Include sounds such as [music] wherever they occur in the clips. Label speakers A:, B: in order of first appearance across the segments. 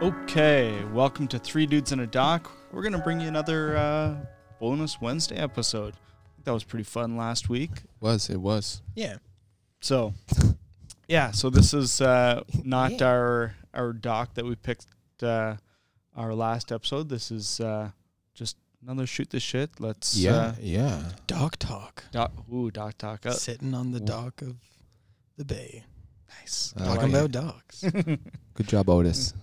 A: Okay, welcome to Three Dudes in a Dock. We're gonna bring you another uh, bonus Wednesday episode. That was pretty fun last week.
B: Was it was?
C: Yeah.
A: So, yeah, so this is uh, not
C: Yeah.
A: our our doc that we picked uh, our last episode. This is uh, just another shoot the shit. Let's
B: Yeah,
A: uh,
B: yeah.
C: Dog talk.
A: doc, ooh doc talk up.
C: Sitting on the
B: Wh- Oh,
C: dock of the bay.
A: Nice.
B: I like
C: Talking
B: [laughs]
C: about dogs.
B: Good job, Otis.
A: Mm.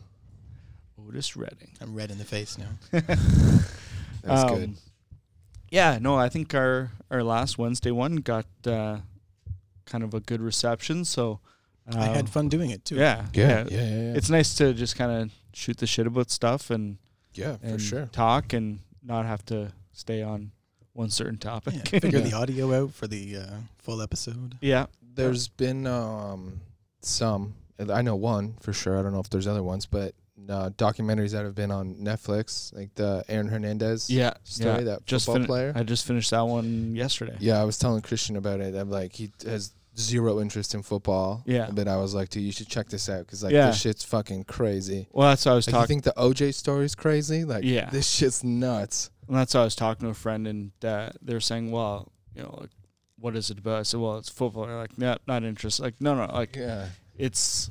A: Otis Redding.
C: I'm red in the face now.
B: That's
A: Um,
B: good.
A: Yeah, no, I think our our last Wednesday one got uh, kind of a good reception. So uh,
C: I had fun doing it too.
A: Yeah,
B: Oh. Yeah, yeah, yeah, yeah.
A: It's nice to just kind of shoot the shit about stuff and,
B: yeah, for
A: and
B: sure.
A: talk and not have to stay on one certain topic.
C: Yeah,
A: [laughs] Yeah,
C: figure
B: Yeah.
C: the audio out for the uh, full episode.
B: There's been um some. I know one for sure. I don't know if there's other ones, but uh, documentaries that have been on Netflix, like the Aaron Hernandez
A: yeah,
B: story,
A: yeah.
B: that
A: Just
B: football
A: fin-
B: player.
A: I just finished that one yesterday.
B: yeah, I was telling Christian about it. I'm like, he has zero interest in football.
A: Yeah.
B: but I was like, dude, you should check this out because like
A: Yeah.
B: this shit's fucking crazy.
A: Well, that's what I was
B: Like, you
A: talking.
B: think the OJ story's crazy? Like,
A: Yeah.
B: this shit's nuts.
A: that's what I was talking to a friend, and uh, they were saying, "Well, you know, like, what is it about?" I said, "Well, it's football." They're like, "No, not interested." Like, no, no, like
B: Yeah.
A: it's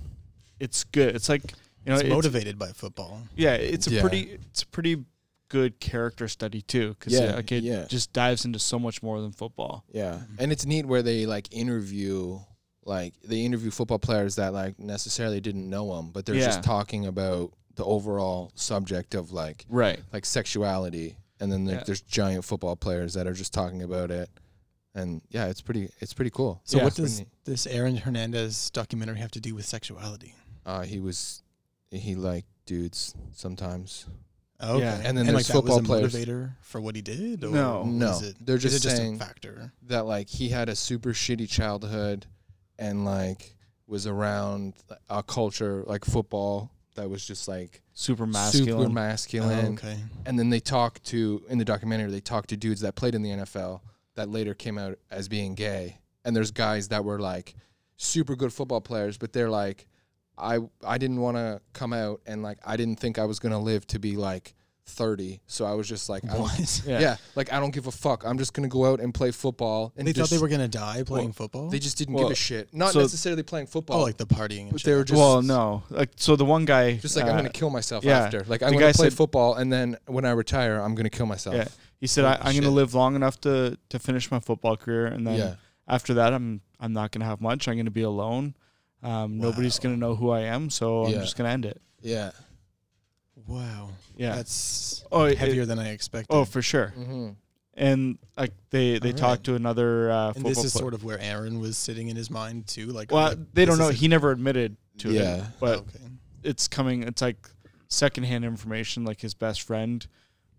A: it's good. It's like you know,
C: it's
A: it's-
C: motivated by football.
A: yeah, it's a
B: Yeah.
A: pretty it's a pretty good character study too, because
B: Yeah,
A: yeah, like it
B: yeah.
A: just dives into so much more than football.
B: Yeah,
C: Mhm.
B: and it's neat where they like interview, like they interview football players that like necessarily didn't know them, but they're
A: Yeah.
B: just talking about the overall subject of like
A: Right.
B: like sexuality, and then like,
A: Yeah.
B: there's giant football players that are just talking about it, and yeah, it's pretty it's pretty cool.
C: So
A: Yeah.
C: what
B: Pretty
C: does
B: neat.
C: this Aaron Hernandez documentary have to do with sexuality?
B: uh, he was he liked dudes sometimes?
C: Oh, okay.
A: Yeah,
B: and then
C: like
B: there's
C: that was a
B: football players.
C: motivator for what he did. Or
A: No.
C: was
B: No,
C: it-
B: they're
C: is
B: just
C: it just
B: saying-
C: a factor.
B: that like he had a super shitty childhood and like was around a culture like football that was just like
A: Super
B: super
A: masculine.
B: masculine
C: Oh, okay.
B: and then they talk to in the documentary they talk to dudes that played in the NFL that later came out as being gay and there's guys that were like super good football players but they're like I I didn't want to come out and like I didn't think I was going to live to be like 30 so I was just like I don't,
C: [laughs] What?
B: yeah. like I don't give a fuck I'm just going to go out and play football and
C: they thought
B: just-
C: they were gonna die playing football.
B: they just didn't
A: Well,
B: give a shit not
A: so-
B: necessarily playing football
C: oh, like the partying. And
B: but they were
C: shit.
B: just
A: well, no. Like so, the one guy
B: just like I'm
A: uh,
B: going to kill myself
A: yeah.
B: after like
A: The
B: I'm
A: guy
B: going to play
A: said-
B: football and then when I retire I'm going to kill myself
A: Yeah. He said, I, "I'm going to
B: Shit.
A: live long enough to to finish my football career, and then
B: Yeah.
A: after that, I'm I'm not going to have much. I'm going to be alone. Um, Nobody's
C: Wow.
A: going to know who I am, so
B: Yeah.
A: I'm just going to end it.
B: yeah.
C: Wow.
A: Yeah.
C: That's
A: oh, it-
C: heavier than I expected.
A: oh, for sure.
B: Mm-hmm.
A: And like they they
C: All
A: talked to
C: right.
A: another uh,
C: and
A: football
C: this is
A: player.
C: sort of where Aaron was sitting in his mind too. Like,
A: well,
C: I'm like,
A: they don't
C: this
A: know.
C: isn't- Oh,
A: He never admitted to it,
B: Yeah. Oh.
A: but
C: okay.
A: it's coming. It's like secondhand information. Like his best friend,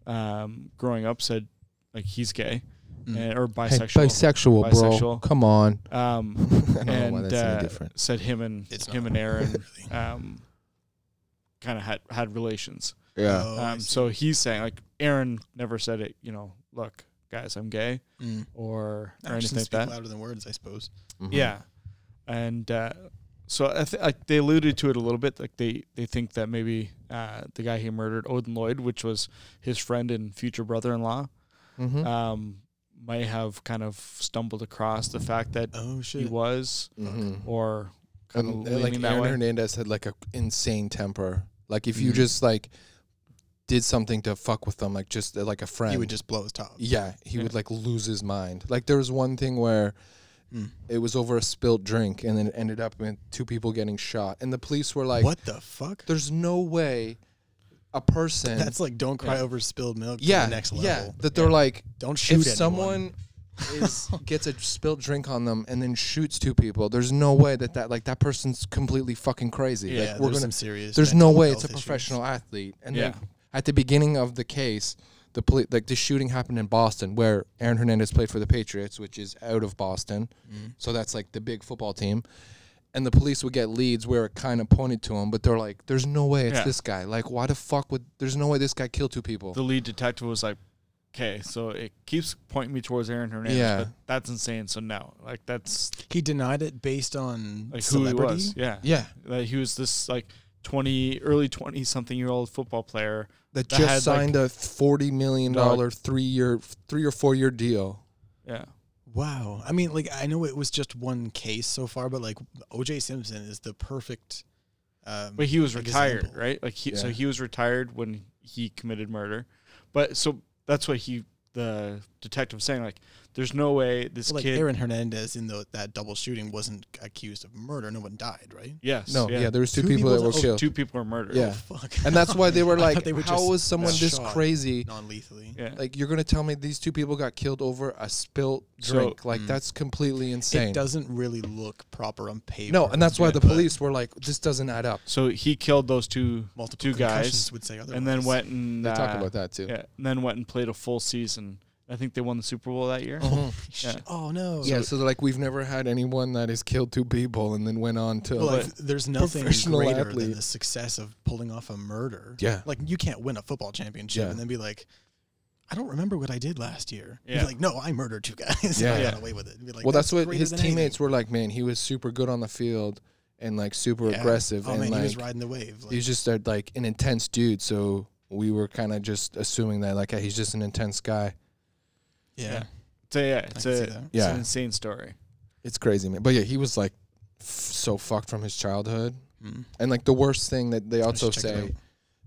A: um, growing up, said like he's gay
C: Mm.
A: and, or
B: Hey,
A: bisexual.
B: bisexual, bro.
A: Bisexual.
B: Come on. [laughs]
A: um,
B: I don't know why
A: and
B: that's any
A: uh,
B: different.
A: said him and
C: It's not
A: him and
C: [laughs]
A: Aaron
C: really.
A: um, kind of had had relations.
B: Yeah.
C: Oh, I
A: um,
C: see.
A: so he's saying like Aaron never said it. You know, look, guys, I'm gay
C: Mm.
A: or or
C: Actions
A: anything like
C: speak
A: that.
C: louder than words, I suppose.
B: Mm-hmm.
A: Yeah, and uh, so I th- like they alluded to it a little bit. Like they they think that maybe uh, the guy he murdered, Odin Lloyd, which was his friend and future brother-in-law,
B: Mm-hmm.
A: um, might have kind of stumbled across the fact that
C: Oh shit.
A: he was or kind
B: Mm-hmm. And,
A: of
B: and, like
A: leaning that
B: Aaron
A: way. Mm.
B: Hernandez had like a insane temper. Like if you
C: Mhm.
B: just like did something to fuck with them, like just uh, like a friend.
C: He would just blow his top.
B: yeah, he
A: Yeah.
B: would like lose his mind. Like there was one thing where
C: Mm.
B: it was over a spilt drink, and then it ended up with two people getting shot, and the police were like,
C: what the fuck?
B: "There's no way a person."
C: That's like don't cry over spilled milk.
B: yeah,
C: Yeah. To the next level.
B: yeah. That they're like,
C: Don't shoot
B: if
C: anyone.
B: someone
C: [laughs]
B: is gets a spilled drink on them and then shoots two people, there's no way that that like that person's completely fucking crazy. like,
C: Yeah,
B: we're
C: there's
B: gonna.
C: some serious.
B: There's no
C: mental
B: way it's a
C: health issues.
B: professional athlete. And
A: Yeah.
B: then at the beginning of the case, the poli- like the shooting happened in Boston, where Aaron Hernandez played for the Patriots, which is out of Boston,
C: Mm.
B: so that's like the big football team. And the police would get leads where it kind of pointed to him, but they're like, "There's no way it's
A: Yeah.
B: this guy. Like, why the fuck would? There's no way this guy killed two people."
A: the lead detective was like, "Okay, so it keeps pointing me towards Aaron Hernandez,
B: Yeah.
A: but that's insane. So no, like that's
C: He denied it based on
A: like who
C: celebrity.
A: he was. Yeah,
B: yeah,
A: Like, he was this like twenty, early twenty something year old football player
B: that
A: That
B: just
A: had, like-
B: signed a forty million dollar
A: No.
B: three year three or four year deal.
A: Yeah.
C: Wow. I mean, like I know it was just one case so far, but like OJ Simpson is the perfect. Um,
A: But he was retired,
C: Example.
A: right? Like he, so
B: Yeah.
A: he was retired when he committed murder. But so that's what he the detective was saying like there's no way this
C: well, like
A: kid
C: Aaron Hernandez in the, that double shooting wasn't accused of murder. No one died, right?
A: Yes.
B: No, yeah, there was two,
C: Two
B: people,
C: people
B: that
C: that-
B: were
C: oh,
B: killed,
A: two people are murdered.
B: Yeah.
C: Fuck.
B: and that's why they were
C: I
B: like,
C: thought they were
B: "How
C: just
B: was someone this
C: shot."
B: crazy?
C: [laughs] non-lethally.
A: Yeah.
B: Like, you're gonna tell me these two people got killed over a spilt
A: So-
B: drink? like,
C: Mm.
B: that's completely insane."
C: It doesn't really look proper on paper.
B: no, and that's why
A: Yeah,
B: the
C: but-
B: police were like, "This doesn't add up."
A: So he killed those two
C: multiple
A: Two guys,
C: concussions would say otherwise.
A: and then went and
B: They talk
A: uh,
B: about that too.
A: Yeah, and then went and played a full season. I think they won the Super Bowl that year.
B: Mhm.
C: [laughs]
A: Yeah.
C: Oh no.
B: yeah, so they're like, we've never had anyone that has killed two people and then went on to
C: Well,
B: like,
C: like, there's nothing
B: professional
C: greater
B: athlete.
C: than the success of pulling off a murder.
B: yeah,
C: Like you can't win a football championship
B: Yeah.
C: and then be like, I don't remember what I did last year. You'd be
A: Yeah.
C: like, no, I murdered two guys. [laughs]
B: Yeah.
C: and I
A: Yeah.
C: got away with it. You'd be like,
B: well, that's, what
C: greater
B: his
C: than
B: teammates
C: anything."
B: were like. Man, he was super good on the field and like super
C: Yeah.
B: aggressive
C: Oh
B: and
C: man,
B: like
C: he was riding the wave. Like,
B: he's just a, like an intense dude. So we were kind of just assuming that like hey, he's just an intense guy.
C: yeah.
A: Yeah. So yeah,
C: I
A: it's
C: can see
A: a
C: that.
A: it's
B: Yeah,
A: an insane story.
B: it's crazy, man. But yeah, he was like f- so fucked from his childhood,
C: Mm.
B: and like the worst thing that they
C: I
B: also
C: should check it
B: say
C: out.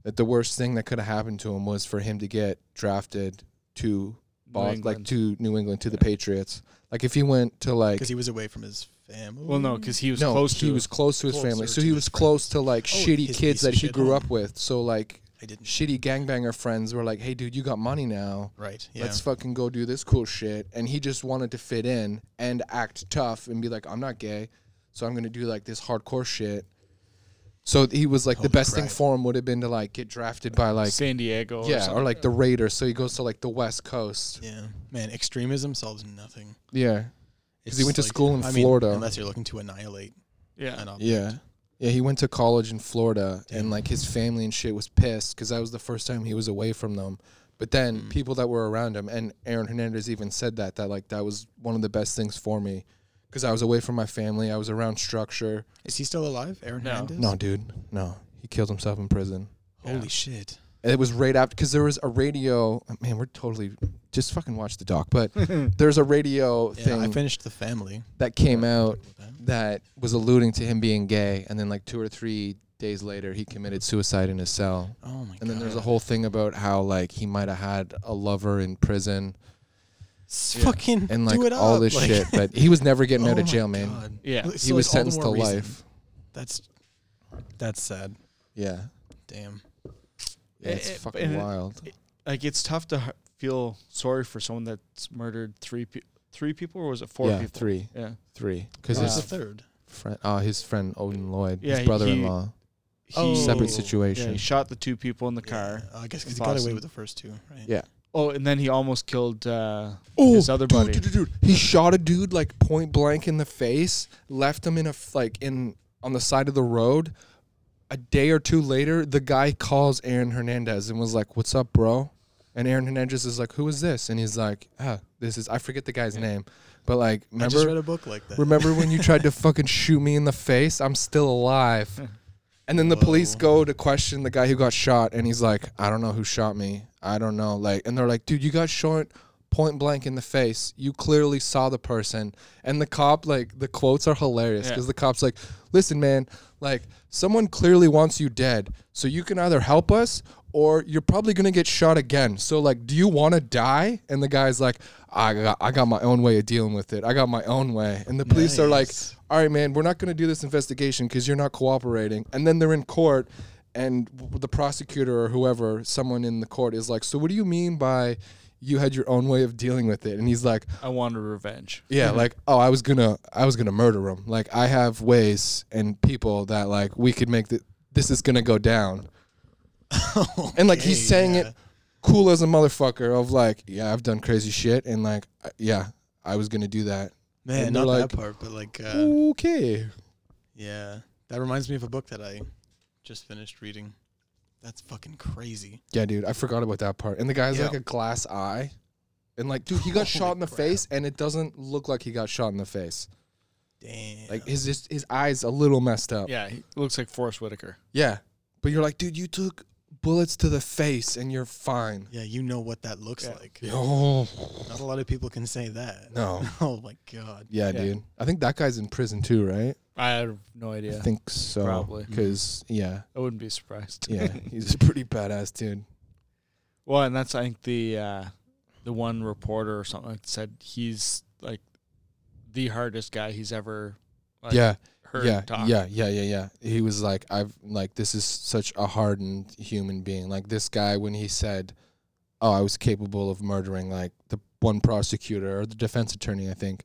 B: that the worst thing that could have happened to him was for him to get drafted to
A: New
B: Boston, like
A: England.
B: to New England to the
A: Yeah.
B: Patriots. Like if he went to like
C: because he was away from his family.
A: well, no, because he was
B: no,
A: close
B: he
A: to.
B: was close to his
C: Closer
B: family, so
C: to
B: he
C: his
B: was close to like
C: Oh,
B: shitty
C: his
B: kids
C: piece
B: that
C: of
B: he
C: shit
B: grew
C: home.
B: up with. So like
C: I didn't.
B: shitty gangbanger friends were like, "Hey, dude, you got money now."
C: Right. Yeah.
B: Let's fucking go do this cool shit. And he just wanted to fit in and act tough and be like, I'm not gay, so I'm gonna do like this hardcore shit. So he was like, the
C: Holy
B: best thing
C: crap.
B: for him would have been to like get drafted by like,
A: San Diego.
B: yeah,
A: or,
B: or, like the Raiders. So he goes to like the West Coast.
C: yeah. Man, extremism solves nothing.
B: Yeah, because he
C: It's
B: went to
C: like-
B: school in
C: I mean,
B: Florida.
C: unless you're looking to annihilate
A: yeah,
C: an object.
B: yeah, yeah, he went to college in Florida, and
C: Damn.
B: like his family and shit was pissed because that was the first time he was away from them. But then
C: Mm.
B: people that were around him, and Aaron Hernandez even said that that like that was one of the best things for me because I was away from my family, I was around structure.
C: Is he still alive, Aaron
A: No.
C: Hernandez?
B: No, dude, no, he killed himself in prison.
C: Holy
A: Yeah.
C: shit.
B: And It was right after because there was a radio. Man, we're totally just fucking watch the doc.
C: [laughs]
B: But there's a radio
C: Yeah,
B: thing
C: I finished the family.
B: that came out that was alluding to him being gay, and then like two or three days later, he committed suicide in his cell.
C: Oh my god.
B: And then there's a whole thing about how like he might have had a lover in prison
C: S-
A: Yeah.
C: fucking
B: and
C: do
B: like
C: it
B: all
C: up,
B: this
C: like-
B: shit, but he was never getting out
C: [laughs] Oh
B: of
C: my
B: jail, man.
C: God.
A: yeah.
C: Like, so,
B: he
C: like,
B: was
C: all the
B: sentenced to
C: more reason.
B: life.
C: That's that's sad.
B: Yeah.
C: Damn.
B: Yeah, it's
A: Eh, eh,
B: fucking
A: and it-
B: wild.
A: Like it's tough to h- feel sorry for someone that's murdered three pe- three people, or was it four
B: yeah,
A: people?
B: three,
A: Yeah,
B: three,
C: Who's
B: because
A: Wow.
C: the
B: his
A: it's-
C: third?
B: friend, oh, his friend Odin Lloyd,
A: Yeah,
B: his
A: he-
B: brother-in-law,
C: Oh.
B: separate
C: yeah,
A: Yeah,
B: situation.
A: he shot the two people in the car.
C: Yeah, Uh, I guess 'cause
A: in
C: he got away
A: Boston.
C: with the first two, right?
B: Yeah.
A: Oh, and then he almost killed. Uh,
B: Oh,
A: His other
B: dude,
A: buddy.
B: Dude, dude, dude. He shot a dude like point blank in the face, left him in a f- like in on the side of the road. A day or two later, the guy calls Aaron Hernandez and was like, "What's up, bro?" And Aaron Hernandez is like, "Who is this?" And he's like, "Ah, this is I forget the guy's
A: Yeah.
B: name, but like,
C: I just read
B: remember,
C: a book like [laughs] that.
B: remember when you tried to fucking shoot me in the face? I'm still alive." And then the police
C: Whoa.
B: go to question the guy who got shot, and he's like, "I don't know who shot me. I don't know." Like, and they're like, "Dude, you got shot point blank in the face. You clearly saw the person." And the cop, like, the quotes are hilarious
A: Yeah.
B: because the cop's like, "Listen, man, like, someone clearly wants you dead, so you can either help us or you're probably gonna get shot again. So, like, do you want to die?" And the guy's like, "I got, I got my own way of dealing with it. I got my own way." And the police are like,
C: Nice.
B: all right, man, we're not going to do this investigation because you're not cooperating. And then they're in court, and w- the prosecutor or whoever, someone in the court, is like, so what do you mean by you had your own way of dealing with it? And he's like,
A: I wanted revenge.
B: yeah,
C: Mm-hmm.
B: like, oh, I was gonna, I was gonna murder him. Like, I have ways and people that like we could make th- this is gonna go down. And like he's
C: Okay,
B: saying
C: yeah.
B: it cool as a motherfucker of like, yeah, I've done crazy shit, and like, I- yeah, I was gonna do that.
C: Man,
B: and they're
C: not
B: like,
C: that part, but like uh,
B: Okay.
C: Yeah. That reminds me of a book that I just finished reading. That's fucking crazy.
B: Yeah, dude, I forgot about that part. And the guy has like
C: Yeah.
B: a glass eye. And like, dude, he got
C: Holy
B: shot in the
C: crap.
B: face and it doesn't look like he got shot in the face.
C: Damn.
B: Like his his, his eyes a little messed up.
A: Yeah, he looks like Forrest Whitaker.
B: Yeah. But you're like, dude, you took bullets to the face and you're fine.
C: yeah, you know what that looks
A: Yeah.
C: like.
B: Oh.
C: Not a lot of people can say that.
B: No.
C: [laughs] Oh my god.
B: Yeah,
A: Yeah.
B: dude. I think that guy's in prison too, right?
A: I have no idea.
B: I think so.
A: Probably.
B: Because
A: [laughs]
B: yeah,
A: I wouldn't be surprised.
B: yeah, he's a pretty badass dude.
A: Well, and that's I think the uh, the one reporter or something like said he's like the hardest guy he's ever like,
B: yeah,
A: heard
B: yeah,
A: talk.
B: yeah, yeah, yeah, yeah. He was like, I've like, this is such a hardened human being. Like this guy, when he said, "Oh, I was capable of murdering," like the one prosecutor or the defense attorney, I think,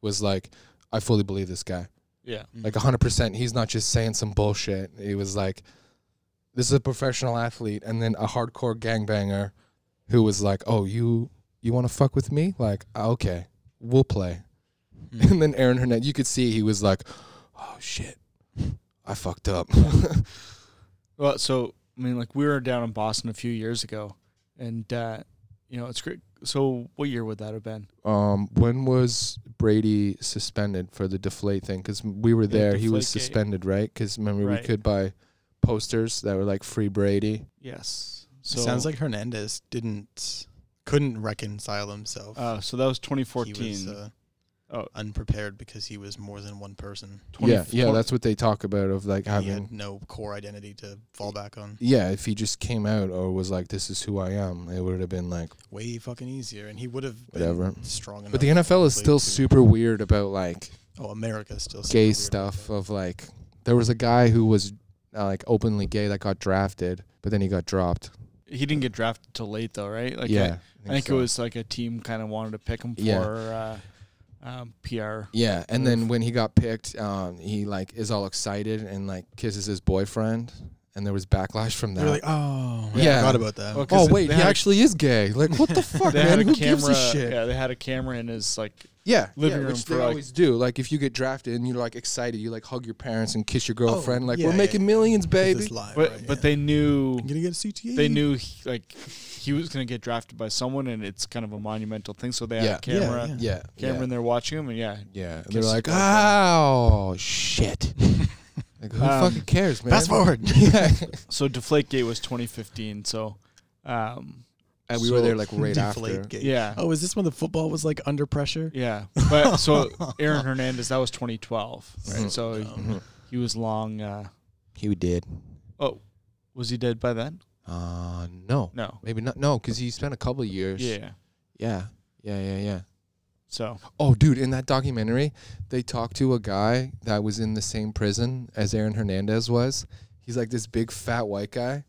B: was like, I fully believe this guy.
A: yeah,
B: Like hundred percent. He's not just saying some bullshit. He was like, this is a professional athlete, and then a hardcore gangbanger, who was like, "Oh, you you want to fuck with me? Like, ah, okay, we'll play."
C: Mm.
B: And then Aaron Hernandez, you could see he was like, "Oh shit, I fucked up."
A: Well, so I mean, like we were down in Boston a few years ago, and uh, you know it's great. So what year would that have been?
B: um, when was Brady suspended for the deflate thing? Because we were
A: The
B: there, he was
A: Deflategate.
B: suspended, right? Because remember
A: Right.
B: we could buy posters that were like "Free Brady."
A: Yes. So
C: Sounds like Hernandez didn't couldn't reconcile himself.
A: uh, so that was
C: He
A: 2014.
C: was uh,
A: Oh.
C: unprepared because he was more than one person.
A: 20
B: yeah, yeah, that's what they talk about of like
C: he
B: having
C: had no core identity to fall back on.
B: yeah, if he just came out or was like, "This is who I am," it would have been like
C: Way fucking easier, and he would have been
B: whatever.
C: strong enough.
B: But the NFL is
C: to play
B: still
C: too.
B: super weird about like
C: Oh, America still super
B: gay
C: weird
B: stuff.
C: about
B: Of like, there was a guy who was uh, like openly gay that got drafted, but then he got dropped.
A: he didn't get drafted till late though, right? Like
B: yeah,
A: I, I think
B: so.
A: it was like a team kind of wanted to pick him for
B: Yeah.
A: uh, um, PR.
B: Yeah, and
A: Oof.
B: then when he got picked, um, he like is all excited and like kisses his boyfriend, and there was backlash from
C: that.
B: that.
C: They're like, oh, yeah, I
B: Yeah.
C: forgot about that.
A: Well, 'cause
B: oh
A: they-
B: wait,
A: they
B: he
A: had a-
B: actually is gay.
A: [laughs]
B: Like, what the fuck,
A: They had
B: man?
A: a
B: Who
A: camera.
B: gives a shit?
A: Yeah, they had a camera in his like
B: Yeah,
A: living
B: yeah,
A: room
B: which
A: for,
B: they
A: like-
B: always do. Like if you get drafted and you're like excited, you like hug your parents and kiss your
A: Oh,
B: girlfriend. like
C: yeah,
B: we're
C: yeah,
B: making
C: yeah.
B: millions,
C: This
B: baby.
C: is live,
A: But
C: right,
A: but
C: yeah.
A: they knew
C: I'm gonna get a E? CTA.
A: they knew he- like he was gonna get drafted by someone, and it's kind of a monumental thing. So they had
B: Yeah.
A: a camera
C: Yeah,
B: Yeah,
A: camera in there watching him, and yeah,
B: Yeah, yeah.
A: Kiss
B: they're like,
A: your
B: oh
A: [laughs]
B: shit. like who
A: Um,
B: fucking cares, man?
C: Fast forward.
B: [laughs]
C: [laughs]
B: yeah,
A: So Deflategate was 2015. So um,
B: and we were there
A: So-
B: like right after.
C: Deflategate.
A: yeah,
C: Oh, is this when the football was like under pressure?
A: yeah. But
B: [laughs]
A: so
C: [laughs]
A: Aaron Hernandez, that was 2012. Right.
B: Right.
A: So he-
C: Um,
B: Mhm.
A: he was long. Uh,
B: He did.
A: was he dead by then?
B: Uh, no,
A: No.
B: maybe not. No, because he spent a couple years.
A: Yeah.
B: yeah, yeah, yeah, yeah.
A: So
B: Oh, dude, in that documentary, they talked to a guy that was in the same prison as Aaron Hernandez was. He's like this big fat white guy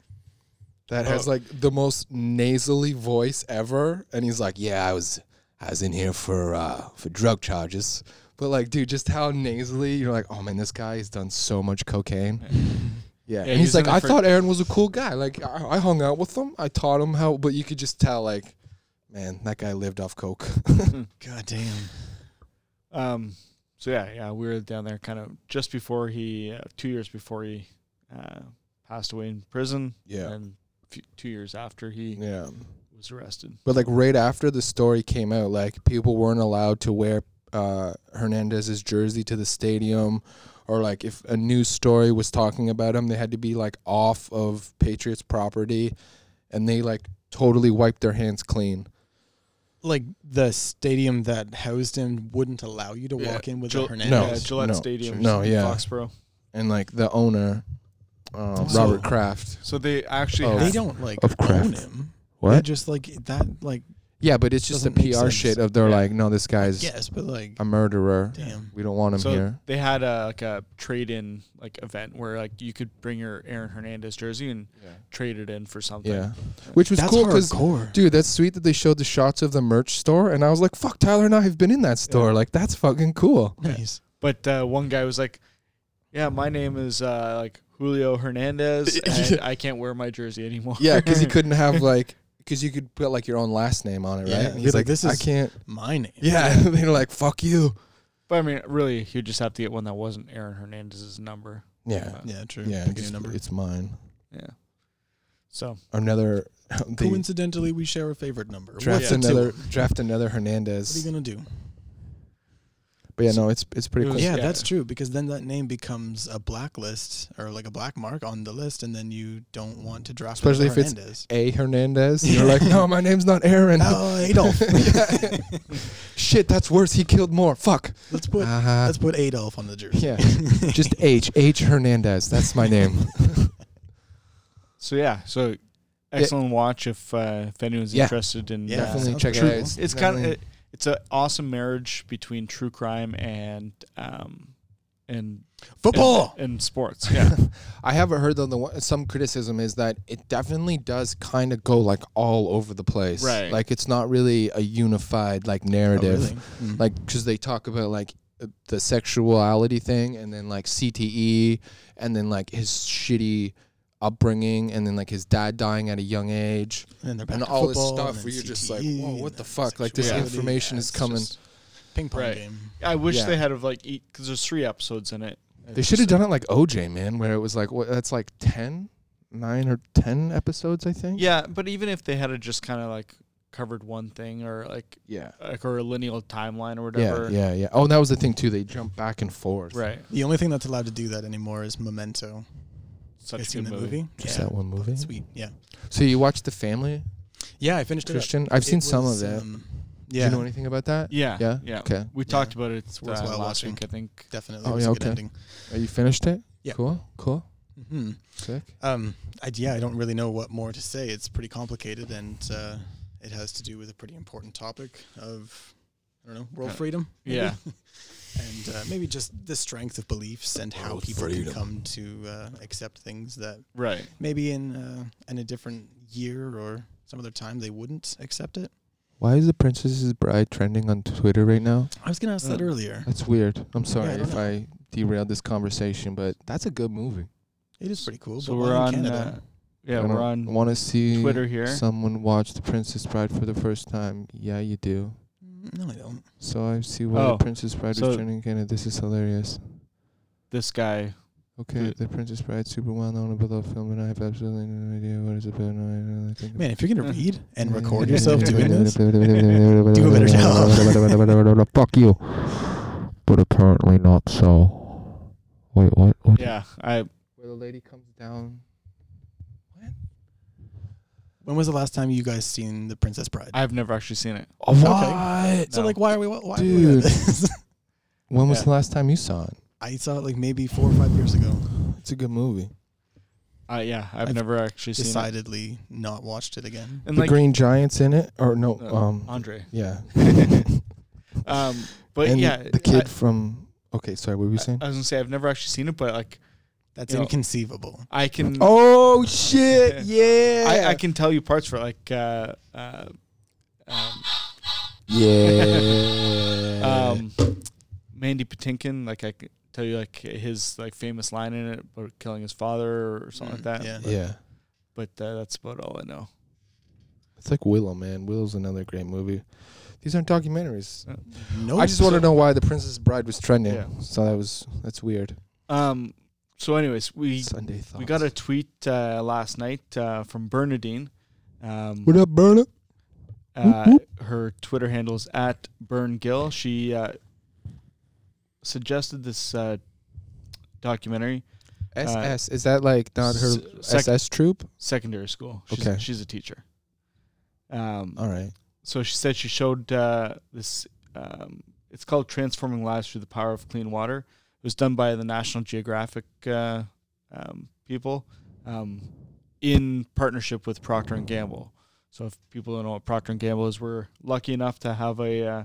B: that has
A: Oh.
B: like the most nasally voice ever and he's like, "Yeah, I was I was in here for uh for drug charges." But like, dude, just how nasally you're like, "Oh man, this guy has done so much cocaine." [laughs] Yeah,
A: Yeah,
B: and
A: he's
B: he's like,
A: in it
B: "I
A: for-
B: thought Aaron was a cool guy. Like, I, I hung out with him. I taught him how, but you could just tell like, man, that guy lived off coke." [laughs]
C: God damn.
A: um, so yeah, yeah, we were down there kind of just before he, uh, two years before he uh, passed away in prison,
B: yeah.
A: and few, two years after he
B: Yeah.
A: was arrested.
B: But like right after the story came out, like people weren't allowed to wear uh, Hernandez's jersey to the stadium, or like if a news story was talking about him, they had to be like off of Patriots property, and they like totally wiped their hands clean.
C: Like the stadium that housed him wouldn't allow you to
A: Yeah.
C: walk in with
A: Gil-
B: No.
C: a
A: yeah,
C: Hernandez.
A: Gillette
B: no,
A: Stadium,
B: no, yeah.
A: Foxborough.
B: And like the owner, uh,
C: So-
B: Robert Kraft.
A: So they actually
B: Oh.
A: had-
C: They don't like
B: Of crap.
C: own him. They just like that. Like
B: Yeah, but it's just a
C: Doesn't make
B: PR
C: sense.
B: shit of they're
A: Yeah.
B: like, no, this guy's
C: yes, but like
B: a murderer.
C: damn.
B: We don't want him
A: so
B: here.
A: they had a like a trade in like event where like you could bring your Aaron Hernandez jersey and trade it in for something.
B: Yeah, which was
C: That's
B: cool because
C: hardcore.
B: Dude, that's sweet that they showed the shots of the merch store, and I was like, "Fuck, Tyler and I have been in that store.
A: Yeah.
B: Like, that's fucking cool."
C: Nice.
A: But uh, one guy was like, "Yeah, my name is uh, like Julio Hernandez,
B: [laughs]
A: and I can't wear my jersey anymore." [laughs]
B: Yeah,
C: [laughs]
B: because you couldn't have like, because you could put like your own last name on it,
C: Yeah,
B: right?
C: be
B: And he's
C: like,
B: like,
C: "This
B: I
C: is- [laughs]
B: can't."
C: My name.
B: Yeah, [laughs] they're like, "Fuck you."
A: but I mean, really, you'd just have to get one that wasn't Aaron Hernandez's number.
B: Yeah,
C: Yeah. True.
B: yeah,
C: Pick a
B: it's,
C: Uh, new number.
B: it's mine.
A: Yeah. So
B: Another [laughs] they
C: Coincidentally, we share a favorite number.
B: draft
C: What's the two?
B: another
C: What
B: draft another
C: are you
B: Hernandez,
C: gonna do?
B: But yeah, no, it's it's pretty
A: It
B: cool.
A: was-
B: Yeah.
C: yeah,
A: yeah.
C: that's true because then that name becomes a blacklist or like a black mark on the list, and then you don't want to draft
B: Especially if
C: another
B: it's-
C: Hernandez.
B: A Hernandez. You're like, [laughs] no, my name's not Aaron. [laughs]
C: Oh, Adolf.
B: Shit, that's worse. He killed more. Fuck.
C: [laughs] let's put
B: Uh-huh.
C: let's put Adolf on the jersey.
B: Yeah.
A: [laughs]
B: Just H. H. Hernandez. That's my name.
A: So yeah, so excellent watch if uh, if anyone's
B: Yeah.
A: interested in
C: Yeah,
A: uh,
B: Definitely
C: sounds
B: check it
C: true.
B: out. It's,
A: it's kind of
B: definitely-
A: it, it's an awesome marriage between true crime and um and
C: Football.
A: and, and
B: [laughs]
A: sports. Yeah,
B: I have heard though the one, some criticism is that it definitely does kind of go like all over the place.
A: Right. Oh,
B: Like it's not really a unified like narrative.
C: really? Mm.
B: Like because they talk about like uh, the sexuality thing and then like CTE and then like his shitty upbringing and then like his dad dying at a young age
C: and, then they're back
B: and
C: to
B: all this
C: football,
B: stuff
C: and
B: where you're just like
C: CTE,
B: whoa
C: and
B: what the
C: then
B: fuck like this
A: sexuality.
B: information
C: Yeah,
B: is
C: it's
B: coming
C: just ping pong
A: Right.
C: game.
A: I wish
B: Yeah.
A: they had of like because there's three episodes in it.
B: They should have done it like OJ, man, where it was like what that's like 10, 9 or 10 episodes, I think.
A: Yeah, but even if they had it just kind of like covered one thing or like
B: Yeah.
A: like or a lineal timeline or
B: Yeah,
A: whatever.
B: yeah, yeah. Oh, and that was the thing too. They jump back and forth.
A: Right.
C: The only thing that's allowed to do that anymore is Memento.
A: Such
C: you
A: a
C: seen
A: good
C: that
A: movie.
C: movie?
B: Just
C: yeah.
B: that one movie.
C: Sweet. Yeah.
B: So you watched The Family,
C: Yeah, I finished it. up.
B: Christian? I've
C: It
B: seen some
C: was,
B: of it.
C: um,
B: Do
C: yeah.
B: you know anything about that?
A: Yeah.
B: Yeah?
A: Yeah.
B: Okay.
A: We
C: Yeah.
A: talked about it it's
C: worthwhile
A: last
C: watching.
A: week, I think.
C: Definitely.
B: Oh,
C: Oh, yeah,
B: yeah,
C: a good
B: okay.
C: ending.
B: Are you finished it?
C: Yeah.
B: Cool. Cool.
C: hmm
B: Sick.
C: Um, I, yeah, I don't really know what more to say. It's pretty complicated, and uh, it has to do with a pretty important topic of, I don't know, world
A: Uh,
C: freedom. maybe?
A: yeah.
C: [laughs] and uh, maybe just the strength of beliefs and how
B: World
C: people
B: freedom.
C: can come to uh, accept things that
A: Right.
C: maybe in uh, in a different year or some other time they wouldn't accept it.
B: Why is The Princess's Bride trending on Twitter right now?
C: I was gonna ask that
A: Uh,
C: earlier.
B: That's weird. I'm sorry
C: I don't
B: if
C: know.
B: I derailed this conversation, but that's a good movie.
C: It is pretty cool.
A: So
C: but
A: we're
C: why in
A: on
C: Canada.
A: uh, yeah, we're on
B: Want to see
A: Twitter here.
B: Someone watched The Princess Bride for the first time. Yeah, you do.
C: Mm, no, I don't.
B: So I see why
A: Oh,
B: The Princess Bride
A: so-
B: is trending again. and This is hilarious.
A: This guy
B: Okay,
A: Good.
B: The Princess Bride, super well known and beloved film, and I have absolutely no idea what it's about. No, I don't really think
C: Man, if you're
A: [laughs]
C: gonna read and
B: Yeah,
C: record
B: yeah,
C: yourself
B: yeah, [laughs]
C: doing
B: yeah,
C: this,
B: yeah, yeah,
C: do a better
B: job. [laughs] Fuck you. But apparently not so. Wait, what? what?
A: yeah, I
B: Where the lady comes down.
C: when was the last time you guys seen The Princess Bride?
A: I've never actually seen it.
B: Oh, what?
C: So
A: No.
C: like, why are we? Why Are we at
B: Dude.
C: this? [laughs]
B: When was
A: Yeah.
B: the last time you saw it?
C: I saw it like maybe four or five years ago.
B: It's a good movie.
A: Uh, yeah, I've,
C: I've
A: never actually seen it.
C: Decidedly not watched it again.
A: And
B: the
A: like
B: Green Giant's in it, or no?
A: uh,
B: um,
A: Andre.
B: yeah.
A: Um but
B: and
A: yeah, Uh, um,
B: the kid from. Okay, sorry. What were you
A: I, I,
B: saying?
A: was gonna say I've never actually seen it, but like
C: That's
A: You know,
C: inconceivable.
A: I can
B: oh shit! Yeah.
A: I, I can tell you parts for it, like uh, uh, um,
B: Yeah.
A: um, Mandy Patinkin. Like I could tell you like his like famous line in it about killing his father or something
C: Mm,
A: like that.
C: yeah.
B: yeah.
A: But uh, that's about all I know.
B: It's like Willow, man. Willow's another great movie. These aren't documentaries.
C: No,
B: I just want to know why The Princess Bride was trending.
A: Yeah.
B: So that was that's weird.
A: Um. So, anyways, we
B: Sunday thoughts.
A: we got a tweet uh, last night uh, from Bernadine. Um,
B: What up, Berna?
A: uh, her Twitter handle is at Burn Gill. She uh, suggested this uh, documentary,
B: SS Uh, is that like not her
A: S- sec-
B: SS troop?
A: Secondary School. She's,
B: Okay.
A: she's a teacher. Um,
B: All right.
A: so she said she showed uh, this. Um, it's called "Transforming Lives Through the Power of Clean Water." It was done by the National Geographic uh, um, people um, in partnership with Procter and Gamble. So, if people don't know what Procter and Gamble is, we're lucky enough to have a uh,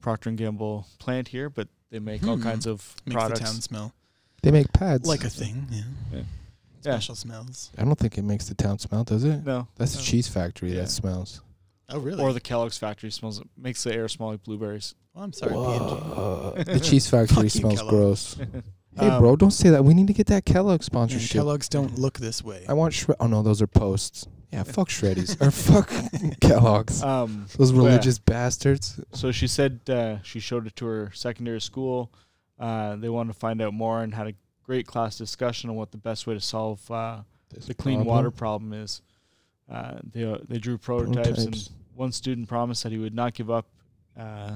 A: Procter and Gamble plant here, but they make all
C: Hmm.
A: kinds of
C: makes the town
A: products.
C: smell
B: They make pads.
C: like a thing. Yeah.
A: Yeah.
C: Special smells.
B: I don't think it makes the town smell, does it?
A: No,
B: That's the
A: No.
B: cheese factory
A: Yeah.
B: that smells.
C: Oh really?
A: or the Kellogg's factory smells makes the air smell like blueberries. [laughs]
C: well, I'm sorry. P&G.
B: Whoa. the cheese factory
C: Fuck you,
B: smells
C: Kellogg.
B: gross. Hey,
A: Um,
B: bro, don't say that. We need to get that Kellogg
C: Man,
B: sponsorship.
C: Kellogg's don't look this way.
B: I want Shred. Oh no, those are posts. Yeah, fuck Shreddies or fuck [laughs] Kellogg's.
A: Um,
B: Those
A: but-
B: religious bastards.
A: So she said uh, she showed it to her secondary school. Uh, they wanted to find out more and had a great class discussion on what the best way to solve uh, the clean water problem is. Uh, they they drew prototypes,
B: Prototypes.
A: and one student promised that he would not give up uh,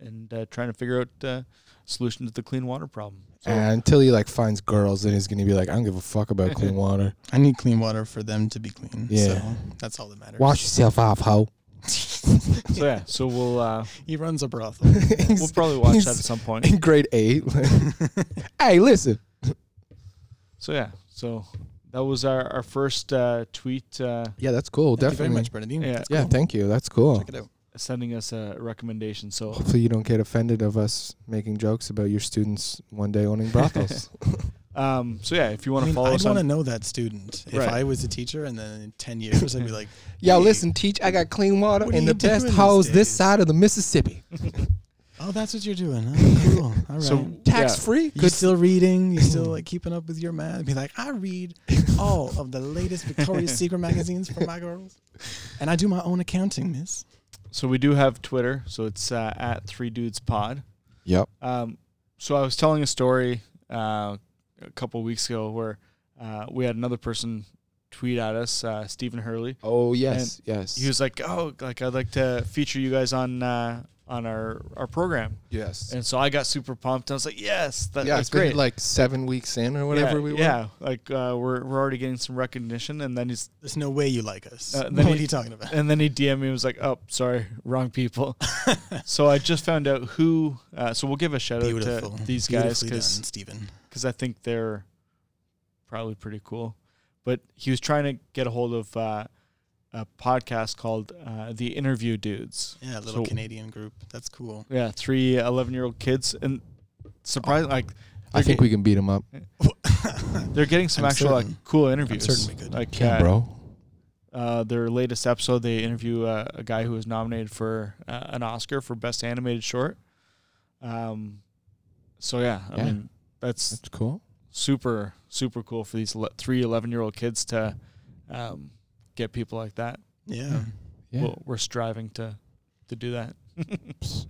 A: and uh, trying to figure out uh, solution to the clean water problem. So
B: And until he like finds girls, then he's gonna be like, I don't give a fuck
C: [laughs]
B: about clean water.
C: I need clean water for them to be clean.
B: Yeah.
C: So that's all that matters.
B: Wash yourself off,
C: [laughs]
B: hoe.
A: [laughs] so yeah, so we'll [laughs] uh,
C: He runs a brothel.
B: [laughs]
A: we'll probably watch that at some [laughs] point.
B: in grade
C: [laughs]
B: eight. hey, listen.
A: So yeah, so that was our our first uh, tweet uh,
B: Yeah, that's cool.
C: Thank you
B: Definitely.
C: very much, Bernadine.
A: Yeah.
C: That's
B: Yeah,
C: cool.
B: thank you. That's cool.
C: Check it out.
A: sending us a recommendation. So
B: Hopefully, you don't get offended of us making jokes about your students one day
C: [laughs]
B: owning brothels.
A: um, so yeah, if you want
C: I
A: to
C: mean,
A: follow
C: I'd
A: us
C: want to
A: on
C: know that student. If
A: Right.
C: I was a teacher and then in 10 years, I'd
A: [laughs]
C: be like,
B: Yo,
C: Hey,
B: listen, teach. I got clean water
C: What are
B: and
C: you
B: the best
C: doing these
B: hoes this
C: days?
B: side of the Mississippi,
C: oh, that's what
A: [laughs]
C: you're doing. Oh, cool. All right.
A: so
B: tax
A: yeah,
B: free.
C: you still reading?
A: [laughs]
C: You still like keeping up with your man? Be like, I read all of the latest
A: [laughs]
C: Victoria's Secret magazines for my girls, and I do my own accounting, Miss.
A: so we do have Twitter. So it's uh, at Three Dudes Pod.
B: Yep.
A: Um, so I was telling a story uh, a couple weeks ago where uh, we had another person tweet at us, uh, Stephen Hurley.
B: Oh yes, yes,
A: He was like, "Oh, like I'd like to feature you guys on uh, on our our program."
B: yes.
A: And so I got super pumped. I was like, "Yes, that,
B: yeah,
A: that's
B: it's been,
A: great!"
B: Like seven weeks in or whatever
A: yeah,
B: we were.
A: Yeah, like uh, we're we're already getting some recognition, and then he's
C: There's no way you like us.
A: Uh, then
C: what are
A: he-
C: you talking about?
A: and then he DM me and was like, "Oh, sorry, wrong
C: [laughs]
A: people." so I just found out who. Uh, so we'll give a shout
C: Beautiful.
A: out to these guys
C: Beautifully
A: because
C: done, Stephen.
A: I think they're probably pretty cool. But he was trying to get a hold of uh, a podcast called uh, The Interview Dudes.
C: Yeah, a little
A: So-
C: Canadian group. That's cool.
A: Yeah, three 11 year old kids, and
C: Oh,
A: surprise, like
B: I think we can beat him up.
A: they're getting some
C: I'm
A: actual
C: certain-
A: like cool interviews.
C: certain we could.
A: Like,
B: Yeah,
A: uh,
B: bro.
A: uh, their latest episode, they interview uh, a guy who was nominated for uh, an Oscar for Best Animated Short. Um, so yeah, I
B: Yeah.
A: mean that's
B: That's cool.
A: super super cool for these le- three 11 year old kids to um, get people like that.
C: [laughs]
A: [laughs]
C: Yeah.
B: Yeah.
A: We'll, we're striving to to do that. [laughs]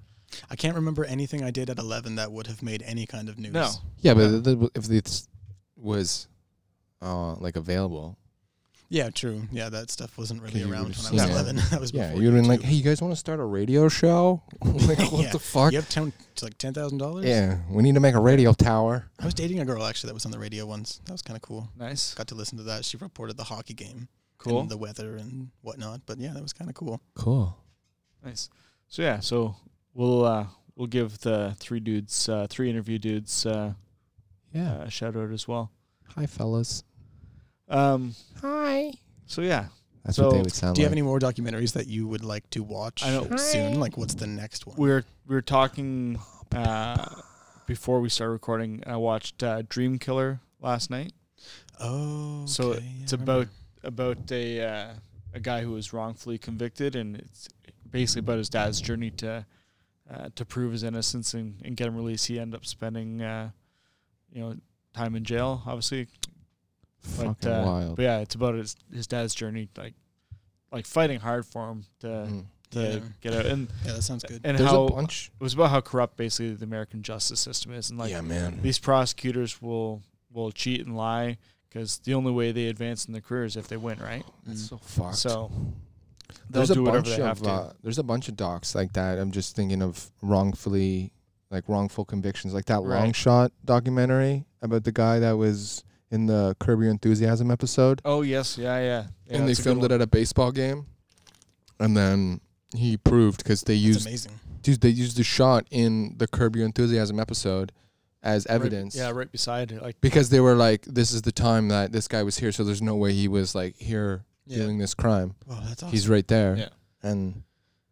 C: I can't remember anything I did at 11 that would have made any kind of news.
A: No.
B: yeah, but
A: yeah.
B: th- th- if this was uh, like available,
C: Yeah, true. Yeah, that stuff wasn't really
B: you
C: around
B: would've
C: when [laughs] I
B: seen
C: was
B: it.
C: 11. that was
B: yeah,
C: before
B: you would have been like,
C: YouTube.
B: hey, you guys want to start a radio show? [laughs] like, what
C: Yeah.
B: the fuck?
C: you have ten, it's like $10,000?
B: Yeah, we need to make a radio tower.
C: I was dating a girl actually that was on the radio once. That was kind of cool.
A: Nice,
C: Got to listen to that. She reported the hockey game,
A: cool,
C: and the weather and whatnot. But yeah, that was kind of cool.
B: Cool.
A: nice. So yeah, so we'll uh, we'll give the three dudes, uh, three interview dudes, uh,
B: Yeah.
A: uh, a shout out as well.
B: Hi, fellas.
A: Um,
B: Hi.
A: so yeah,
B: That's
A: So,
B: what they would sound
C: Do you have
B: like.
C: any more documentaries that you would like to watch
A: I know.
C: soon? Like, what's the next one?
A: we were we were talking uh, before we started recording. I watched uh, Dream Killer last night.
C: oh,
A: So
C: okay, yeah,
A: it's
C: I remember.
A: about about a uh, a guy who was wrongfully convicted, and it's basically about his dad's journey to uh, to prove his innocence and, and get him released. He ended up spending uh, you know time in jail, obviously. But,
B: Fucking
A: uh,
B: wild.
A: But yeah, it's about his his dad's journey, like like fighting hard for him to
B: Mm.
A: to
C: Yeah.
A: get out, and
C: Yeah, that sounds good.
A: and
B: There's
A: uh, how
B: a bunch.
A: it was about how corrupt basically the American justice system is, and like
B: yeah, man.
A: these prosecutors will will cheat and lie because the only way they advance in their career is if they win, right?
B: That's so fucked.
A: So they'll
B: there's
A: do
B: a
A: whatever
B: bunch
A: they have
B: of
A: to.
B: uh, there's a bunch of docs like that. I'm just thinking of wrongfully like wrongful convictions, like that long
A: Right.
B: shot documentary about the guy that was in the Curb Your Enthusiasm episode,
A: oh yes, yeah, yeah. yeah
B: and they filmed it at a baseball game, and then he proved because they
C: It's
B: used
C: amazing.
B: dude, they used the shot in the Curb Your Enthusiasm episode as evidence.
A: yeah, right beside it. Like
B: because they were like, this is the time that this guy was here, so there's no way he was like here
C: Yeah.
B: doing this crime.
C: Wow, that's awesome.
B: He's right there.
A: Yeah.
B: And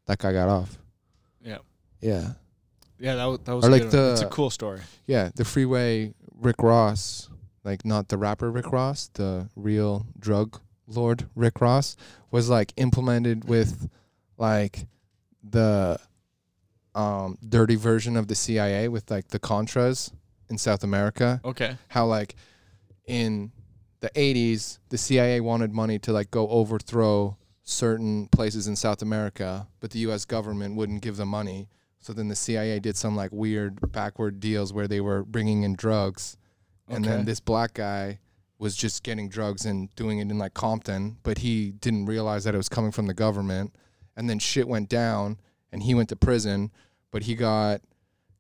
B: that guy got off.
A: Yeah.
B: Yeah.
A: yeah, that was that was
B: Or
A: a
B: like
A: good one. It's a
B: the-
A: cool story.
B: Yeah. The freeway Rick Ross, like not the rapper Rick Ross, the real drug lord Rick Ross, was like implemented with like the um dirty version of the CIA with like the Contras in South America.
A: Okay,
B: How like in the 80s the CIA wanted money to like go overthrow certain places in South America, but the US government wouldn't give them money. So then the CIA did some like weird backward deals where they were bringing in drugs and
A: Okay.
B: then this black guy was just getting drugs and doing it in like Compton, but he didn't realize that it was coming from the government. And then shit went down and he went to prison, but he got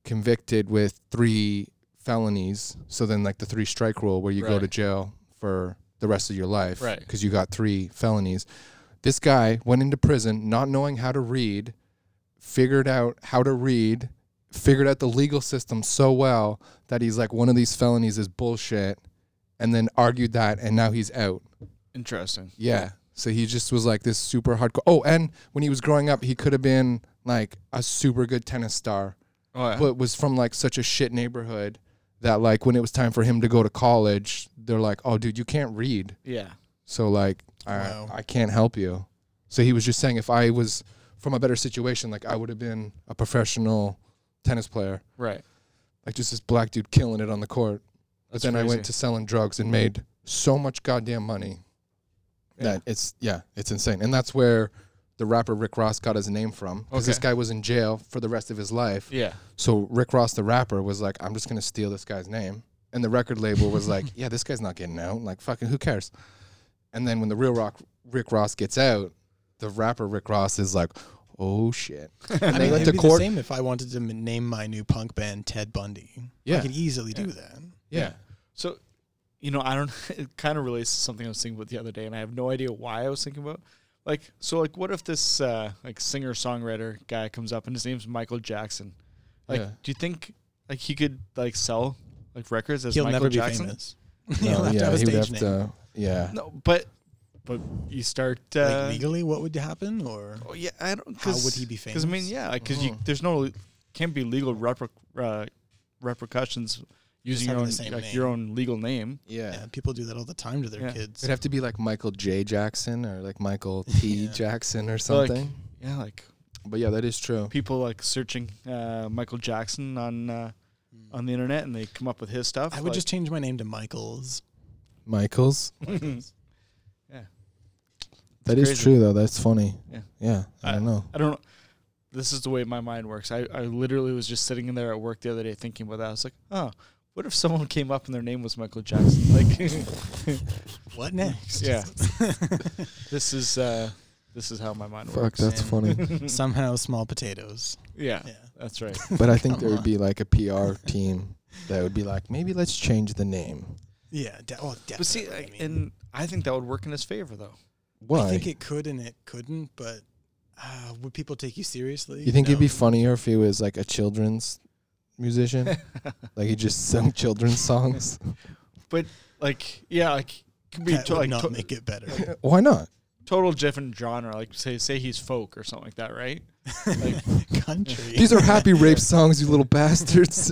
B: convicted with three felonies. So then, like the three strike rule, where you go
A: Right.
B: to jail for the rest of your life,
A: Right.
B: Because you got three felonies. This guy went into prison not knowing how to read, figured out how to read, figured out the legal system so well that he's like, one of these felonies is bullshit, and then argued that, and now he's out.
A: Interesting.
B: Yeah. So he just was like this super hardcore. Oh, and when he was growing up, he could have been like a super good tennis star,
A: Oh, yeah.
B: but was from like such a shit neighborhood that like when it was time for him to go to college, they're like, "Oh, dude, you can't read,
A: yeah.
B: so like I
C: Wow.
B: I can't help you." So he was just saying, if I was from a better situation, like I would have been a professional tennis player,
A: Right.
B: like just this black dude killing it on the court. But
A: That's
B: then I
A: crazy.
B: went to selling drugs and made so much goddamn money
A: Yeah.
B: that it's yeah, it's insane. And that's where the rapper Rick Ross got his name from because this
A: Okay.
B: guy was in jail for the rest of his life.
A: Yeah.
B: So Rick Ross, the rapper, was like, "I'm just gonna steal this guy's name," and the record label
A: [laughs]
B: was like, "Yeah, this guy's not getting out. Like, fucking, who cares?" And then when the real rock Rick Ross gets out, the rapper Rick Ross is like, "Oh shit!"
C: I
B: they
C: mean,
B: let
C: it'd
B: the
C: be the
B: court-
C: same if I wanted to m- name my new punk band Ted Bundy.
B: Yeah.
C: I could easily do that.
A: Yeah. So, you know, I don't. [laughs] It kind of relates to something I was thinking about the other day, and I have no idea why I was thinking about. Like, so, like, what if this uh, like singer songwriter guy comes up and his name's Michael Jackson? Like,
B: Yeah.
A: do you think like he could like sell like records as
C: He'll
A: Michael
C: never
A: Jackson?
C: be famous.
B: No,
C: [laughs]
A: [laughs]
C: He'll have to have a
B: he would
C: stage
B: have
C: name.
B: to- yeah.
A: No, but but you start uh,
C: like legally, what would happen? Or
A: Oh, yeah, I don't.
C: How would he be
A: Because I mean,
C: famous? Oh.
A: yeah, because you
B: Mhm.
A: there's no can't be legal reper, uh, repercussions using your
C: having
A: own
C: the same
A: like your
C: name.
A: own legal name.
B: Yeah.
C: yeah, people do that all the time to their
A: Yeah.
C: kids.
B: It'd have to be like Michael J. Jackson or like Michael [laughs] T.
C: Yeah.
B: Jackson or
A: like-
B: something.
A: Yeah, like
B: but yeah, that is true.
A: people like searching uh, Michael Jackson on uh,
C: Mm.
A: on the internet and they come up with his stuff.
C: I would just change my name
A: [laughs]
C: to Michaels.
B: Michael's.
A: just.
B: That
A: It's
B: is
A: crazy.
B: true though. That's funny.
A: Yeah.
B: I don't know.
A: I don't. know. This is the way my mind works. I, I literally was just sitting in there at work the other day thinking about that. I was like, oh, what if someone came up and their name was Michael Jackson? [laughs] Like,
C: What next? [laughs]
A: yeah, this is uh, this is how my mind
B: Fuck,
A: works.
B: that's
C: and-
B: funny.
C: Somehow, small potatoes.
A: [laughs] Yeah,
C: Yeah.
A: that's right.
B: But I think [laughs]
C: Come
B: there would
C: on.
B: be like a PR team that would be like, maybe let's change the name.
C: Yeah. De- oh, definitely.
A: But see,
C: [laughs] I
A: like,
C: mean,
A: and I think that would work in his favor, though.
B: Why?
C: I think it could and it couldn't, but uh, would people take you seriously?
B: you think it'd be
C: No.
B: funnier if he was like a children's musician? [laughs] like he just sung children's [laughs] songs?
A: Like, yeah, like could be
C: That
A: to-
C: would
A: like
C: not
A: to-
C: make it better.
B: Why not?
A: total different genre. Like, say say he's folk or something like that, right?
C: like, [laughs] country.
B: These are [laughs] happy rape songs, you little bastards.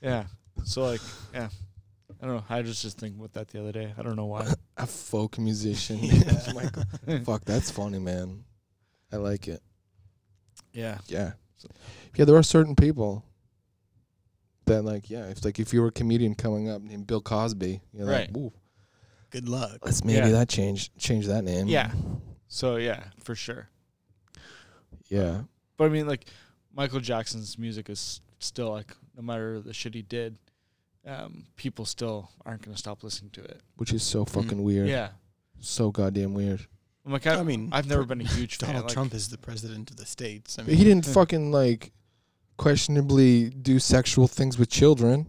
A: Yeah. So like, yeah, I don't know. I just just think about that the other day. I don't know why.
B: a folk
C: [laughs]
B: musician.
C: Yeah.
B: Michael. Fuck, that's funny, man. I like it.
A: yeah.
B: Yeah. Yeah, there are certain people that like, yeah, if like if you were a comedian coming up named Bill Cosby, you're
A: Right.
B: like, ooh,
C: Good luck.
B: let's maybe
A: Yeah.
B: that change change that name.
A: Yeah. So yeah, for sure.
B: Yeah.
A: But I mean, like, Michael Jackson's music is still like, no matter the shit he did, um, people still aren't gonna stop listening to it.
B: Which is so
C: Mm-hmm.
B: fucking weird.
A: Yeah.
B: So goddamn weird.
A: I'm like, I,
C: I
A: mean,
C: mean,
A: I've never
C: for-
A: been a huge fan.
C: Donald
A: like-
C: Trump is the president of the states. I
B: But
C: mean,
B: he didn't fucking like questionably do sexual things with children.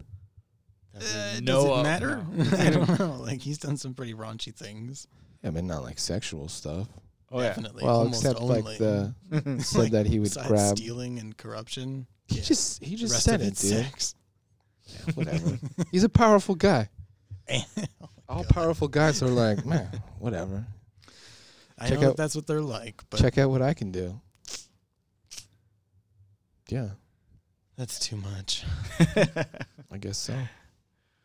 A: that we
C: Uh,
A: know
C: does it
A: of
C: matter?
A: now.
C: [laughs] I
A: [laughs]
C: don't know. Like he's done some pretty raunchy things.
B: Yeah, but not like sexual stuff.
A: Oh yeah.
C: definitely.
B: well,
C: almost
B: except
C: only.
B: like
C: [laughs]
B: the said
C: Like,
B: that he would
C: besides
B: grab.
C: stealing and corruption.
B: He
C: yeah.
B: just he
C: the
B: just
C: rest
B: said
C: of
B: it,
C: it's
B: dude.
C: sex.
B: Yeah, whatever. [laughs] Oh He's a powerful [laughs] guy. All
C: God.
B: powerful guys are like, man, whatever.
C: I
B: Check
C: know
B: out-
C: that's what they're like, but
B: Check out what I can do. Yeah,
C: that's too much.
B: I guess so.
C: [laughs]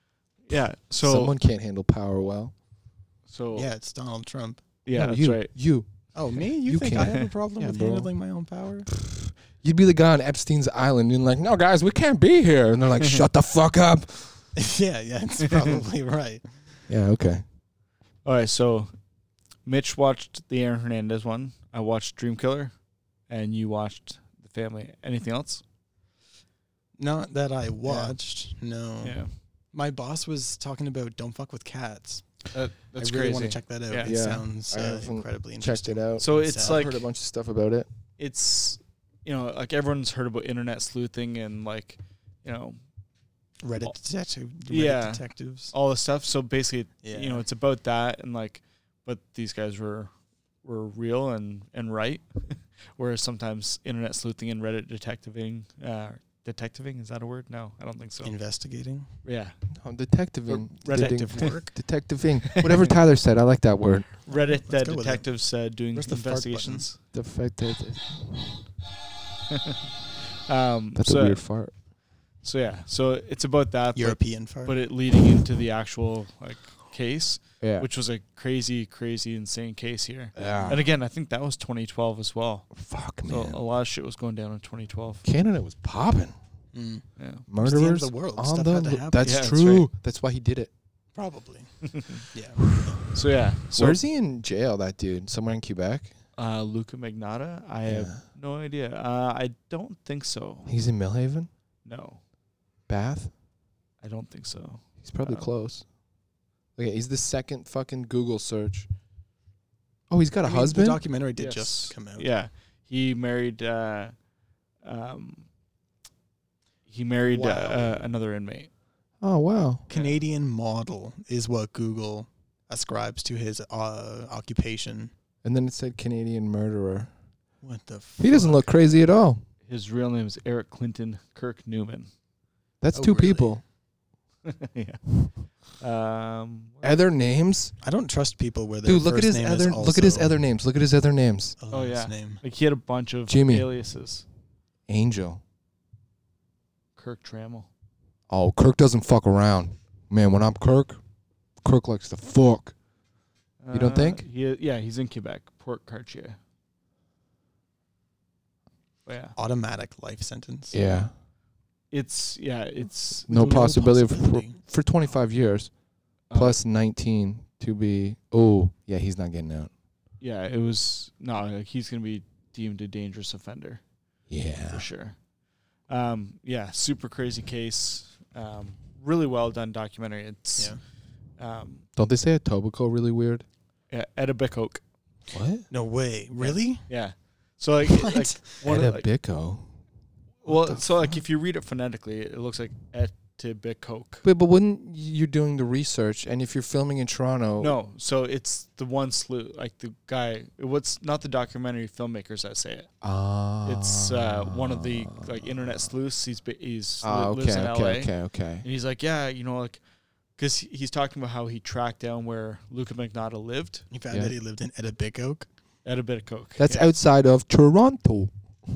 A: [laughs] yeah. So
B: Someone can't handle power well.
A: so
C: Yeah, it's Donald Trump.
A: yeah,
B: No,
A: that's
B: you,
A: right.
B: You,
C: Oh, [laughs] me? You,
B: You
C: think
B: can't.
C: I have a problem
B: Yeah,
C: with
B: bro.
C: handling my own power?
B: you'd be the guy on Epstein's island, and like, no, guys, we can't be here. And
A: [laughs]
B: they're like, shut the fuck up.
C: [laughs] yeah, yeah,
B: [laughs]
C: it's probably right.
B: Yeah, okay.
A: All right, so Mitch watched the Aaron Hernandez one. I watched Dream Killer, and you watched The Family. Anything else?
C: Not that I watched. No.
A: Yeah,
C: My boss was talking about don't fuck with cats.
A: that's
C: I really want
A: crazy.
C: to check that out.
A: Yeah.
C: It
B: Yeah.
C: sounds
B: I
C: uh,
B: haven't
C: incredibly
B: Checked
C: interesting.
B: it out.
A: So it's
C: Sad.
B: I've
A: like
B: heard a bunch of stuff about it.
A: it's you know, like everyone's heard about internet sleuthing and like, you know,
C: Reddit, detective, Reddit
A: Yeah. Oh,
C: detectives.
A: all this stuff. So basically,
C: Yeah.
A: you know, it's about that and like, but these guys were were real and and right. [laughs] Whereas sometimes internet sleuthing and Reddit detectiving, uh, detectiving is that a word? No, I don't think so.
C: Investigating.
A: Yeah,
B: Oh, detectiving.
A: Or redactive
B: Detecting-
A: work.
B: Detectiving. Whatever Tyler said, I like that word.
A: Reddit
C: Let's
A: that
C: go with that.
A: detectives uh, doing
C: Where's the fart
A: investigations. [laughs]
B: Defected.
A: Um,
B: That's
A: so
B: a weird fart.
A: so yeah, so it's about that, [laughs] but,
C: European fire.
A: but it leading into the actual like case,
B: Yeah.
A: which was a crazy, crazy, insane case here.
B: yeah.
A: And again, I think that was 2012 as well.
B: Fuck
A: So
B: Oh,
C: oh,
B: man.
A: a lot of shit was going down in 2012.
B: Canada was popping.
C: Mm,
A: Yeah.
C: It's the end of
B: Murderers
C: the world.
B: on
C: Stuff
B: the
C: had to
B: lo-
C: happen.
B: That's
A: Yeah, that's
B: true. That's, why he did it.
C: probably.
A: [laughs]
C: yeah.
A: So yeah. So
B: Where's he in jail? That dude, somewhere in Quebec.
A: uh, Luca Magnotta? I have no idea. Uh, I don't think so.
B: He's in Millhaven,
A: No,
B: Bath.
A: I don't think so.
B: He's probably
A: Uh,
B: close. Okay, he's the second fucking Google search. Oh, he's got
C: I
B: a
C: mean,
B: husband.
C: The documentary did just
A: Yes.
C: come out.
A: Yeah, he married. Uh, um, he married
C: Wow.
A: uh, uh, another inmate.
B: oh wow.
C: Canadian model is what Google ascribes to his uh, occupation.
B: And then it said Canadian murderer.
C: What the?
B: He doesn't look crazy at all.
A: His real name is Eric Clinton Kirk Newman.
B: That's
C: Oh,
B: two
C: really?
B: people.
A: yeah. Um,
B: Other names,
C: I don't trust people where their
B: dude. Look at
C: first
B: his
C: name
B: other.
C: is
B: Look at his
C: also
B: other names. Look at his other names.
C: a
A: Oh,
C: last
A: yeah.
C: name.
A: like he had a bunch of
B: Jimmy.
A: aliases.
B: Angel.
A: Kirk Trammell.
B: Oh, Kirk doesn't fuck around, man. When I'm Kirk, Kirk likes to fuck. You don't think?
A: Uh, He, yeah, he's in Quebec, Port Cartier. But yeah,
C: Automatic life sentence.
B: Yeah.
A: it's yeah, it's
B: No
C: With little
B: possibility of-
C: possibility.
B: For 25 years
A: uh,
B: plus 19 to be. Oh, yeah, he's not getting out.
A: Yeah, it was no. Like he's gonna be deemed a dangerous offender for
B: Yeah.
A: sure. Um, yeah, super crazy case. Um, really well done documentary. It's
C: Yeah.
A: um,
B: Don't they say Etobicoke really weird?
A: yeah, Etobicoke.
B: What?
C: No way. Really?
A: Yeah. So
C: [laughs]
A: like,
C: What?
A: like one of the- like,
B: Etobicoke.
A: well,
B: the
A: so like
B: fuck?
A: if you read it phonetically, it looks like Etobicoke.
B: But, but wouldn't you're doing the research and if you're filming in Toronto?
A: No, so it's the one slew, like the guy. What's not the documentary filmmakers that say it.
B: Ah.
A: It's uh, one of the like internet sleuths. He's ba- he's
B: Ah,
A: li- lives
B: okay,
A: in
B: okay,
A: L.A.
B: okay, okay.
A: and he's like, yeah, you know, like, because he's talking about how he tracked down where Luca Magnotta lived
C: You found
B: Yeah.
C: that he lived in Etobicoke.
A: at a bit of coke.
B: That's
A: yeah.
B: outside of Toronto.
A: [laughs]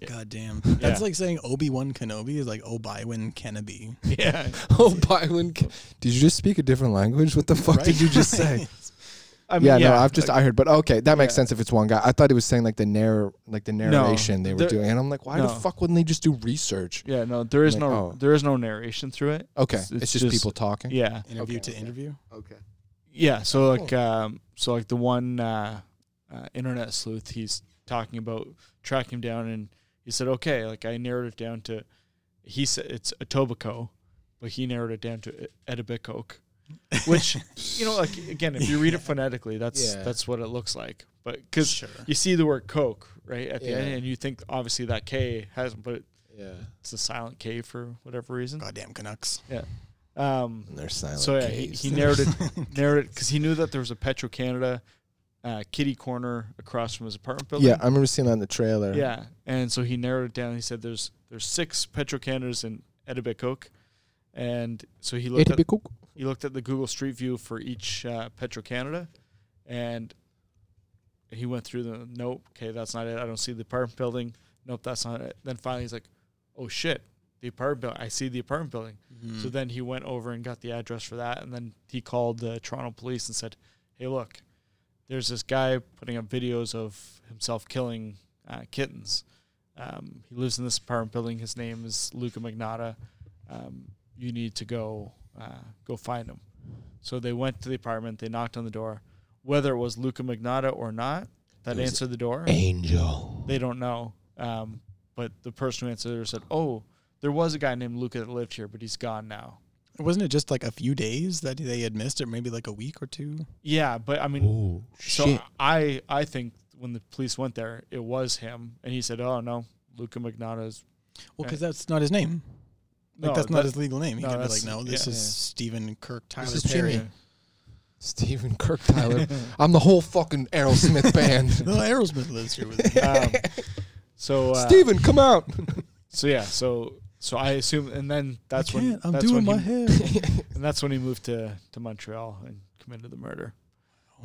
A: Yeah.
C: God damn. That's like saying Obi Wan Kenobi is like Obi-Wan Kenobi.
A: [laughs]
B: [laughs]
A: yeah.
B: [laughs] Oh, Byron. Did you just speak a different language? What the fuck
C: Right?
B: did you just say? [laughs]
A: I mean,
B: yeah, no, I've just
A: like,
B: I heard, but okay, that makes
A: yeah.
B: sense if it's one guy. I thought he was saying like the narr like the narration they were
A: there-
B: doing, and I'm like, why the
A: no.
B: fuck wouldn't they just do research?
A: yeah, no, there is
B: Like,
A: no
B: oh.
A: there is no narration through it.
B: Okay,
A: It's-
B: it's,
A: it's
B: just,
A: just-
B: people talking.
A: Yeah,
C: Interview
B: Okay,
C: to
B: okay.
C: interview.
B: Okay.
A: yeah. So like, um, so like the one uh, uh, internet sleuth, he's talking about tracking him down, and he said, okay, like I narrowed it down to, he said it's Etobicoke, but he narrowed it down to
B: [laughs]
A: Etobicoke. Which you know, like again, if you read it phonetically, that's
B: Yeah.
A: that's what it looks like. But because
C: Sure.
A: you see the word Coke right at the end,
B: Yeah.
A: and you think obviously that K hasn't, but
B: Yeah.
A: it's a silent K for whatever reason.
C: Goddamn Canucks.
A: Um,
B: And they're silent.
A: so yeah, he,
B: caves.
A: he narrowed it
B: [laughs]
A: narrowed because he knew that there was a Petro Canada uh, kitty corner across from his apartment building.
B: Yeah, uh, I remember seeing that in the trailer.
A: yeah, and so he narrowed it down. He said there's there's six Petro Canadas in Etobicoke, and so he looked at
B: Etobicoke.
A: he looked at the Google Street View for each uh, Petro Canada, and he went through the nope. Okay, that's not it. I don't see the apartment building. Nope, that's not it. Then finally, he's like, "Oh shit, the apartment building. I see the apartment building." Mm-hmm.
B: Mm.
A: So then he went over and got the address for that, and then he called the Toronto police and said, "Hey, look, there's this guy putting up videos of himself killing uh, kittens. Um, he lives in this apartment building. His name is Luca Magnotta. Um, you need to go uh, go find him." So they went to the apartment. They knocked on the door. Whether it was Luca Magnotta or not, that
B: It was
A: answered the door.
B: Angel.
A: They don't know. Um, but the person who answered the door said, "Oh, there was a guy named Luca that lived here, but he's gone now."
C: Wasn't it just like a few days that they had missed it? Maybe like a week or two.
A: Yeah, but I mean,
B: Oh
A: so
B: shit!
A: I I think when the police went there, it was him, and he said, "Oh no, Luca Magnata's
C: Well, because that's not his name.
A: Uh,
C: Like
A: no,
C: that's not
A: that-
C: his legal name. He
A: no,
C: can be
A: that's-
C: like, no, this
A: yeah.
C: is
B: Yeah.
C: Stephen Kirk Tyler
B: is
C: Perry.
B: Jimmy. Stephen Kirk Tyler. [laughs] I'm the whole fucking
A: [laughs]
B: Aerosmith band.
C: No, Aerosmith lives here with me. [laughs]
A: um, so uh,
B: Steven, come out.
A: So yeah, so so I assume, and then [laughs] that's
C: I
A: when
C: can't, I'm
A: that's
C: doing
A: when
C: my
A: he,
C: hair.
A: [laughs] and that's when he moved to to Montreal and committed the murder.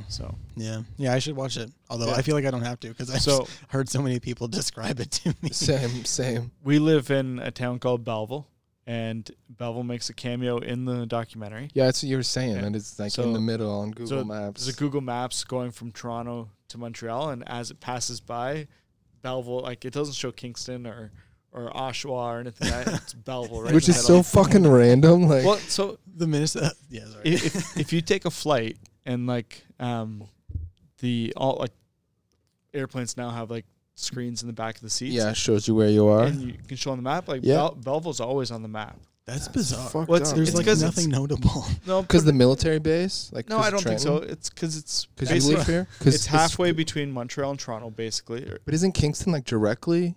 A: So
C: yeah, yeah, I should watch it. Although
A: Yeah.
C: I feel like I don't have to because I've
A: so
C: heard so many people [laughs] describe it to me.
B: same, same.
A: we live in a town called Belleville, and Belleville makes a cameo in the documentary.
B: Yeah, that's what you were saying,
A: Yeah.
B: and it's like
A: So-
B: in the middle on Google Maps.
A: There's a Google Maps going from Toronto to Montreal, and as it passes by, Belleville like it doesn't show Kingston or or Oshawa or anything. like that. [laughs] It's Belleville, right
B: which
A: in the
B: is so
A: middle.
B: fucking random. Like,
A: well. So
C: The Minnesota, yeah, sorry.
A: if, if- if you take a flight and like um the all like airplanes now have like screens in the back of the seats
B: yeah, it shows you where you are.
A: and you can show on the map like
B: Yeah.
A: Bel- Belleville's always on the map
C: that's bizarre.
B: Fucked
A: Well, it's-
B: up.
C: There's
A: it's
C: like
A: 'cause
C: nothing [laughs] notable.
A: no
B: because the military base. Like,
A: no I don't think so it's because it's
B: Because
A: basically-
B: you
A: [laughs]
B: live here. Because
A: it's halfway between Montreal and Toronto basically or-
B: But isn't Kingston like directly?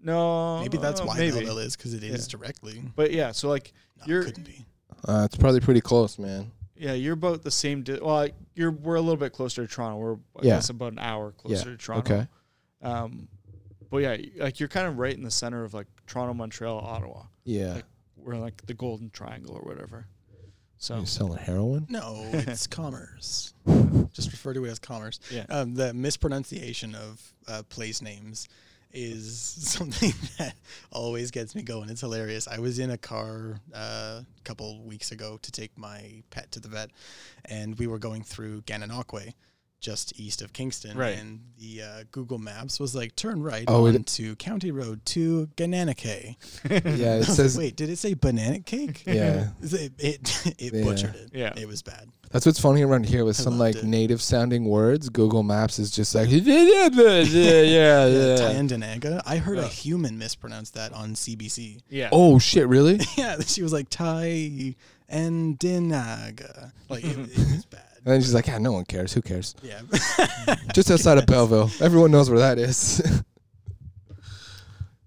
A: no
C: Oh, Maybe that's why
A: maybe
C: Belleville is because it is
A: Yeah.
C: directly. [laughs]
A: but yeah so like
C: No,
A: You're-
C: it couldn't be.
B: Uh, it's probably pretty close, man.
A: yeah you're about the same di- well like, you're we're a little bit closer to Toronto we're I
B: Yeah.
A: guess about an hour closer to Toronto
B: Okay.
A: um but yeah like you're kind of right in the center of like Toronto Montreal Ottawa
B: Yeah.
A: Like, we're like the golden triangle or whatever. So
B: you selling
A: [laughs]
B: heroin?
C: [laughs] No, [laughs] it's commerce. Just refer to it as commerce.
A: Yeah.
C: Um, the mispronunciation of uh, place names is [laughs] something that always gets me going. It's hilarious. I was in a car uh, a couple weeks ago to take my pet to the vet, and we were going through Gananoque, just east of Kingston.
A: Right.
C: And the uh, Google Maps was like, turn right
B: Oh, it-
C: onto County Road to Gananoque.
B: yeah, [laughs] it says.
C: Wait, did it say banana cake? [laughs]
B: Yeah,
C: It it, [laughs] it
B: Yeah.
C: butchered it.
A: Yeah.
C: It was bad.
B: that's what's funny around here with
C: I
B: some
C: loved
B: like
C: it.
B: native sounding words. Google Maps is just like, [laughs] yeah, yeah, yeah, Uh, [laughs] yeah,
C: Yeah,
B: yeah.
C: Tyandanaga. I heard a
A: Yeah.
C: human mispronounce that on CBC.
A: yeah.
B: Oh shit, really?
C: [laughs] Yeah, she was like Tyandanaga. Like
A: [laughs]
C: it, it was bad.
B: And then she's like, yeah, no one cares. Who cares?
C: Yeah. [laughs]
B: Just outside of Belleville, everyone knows where that is.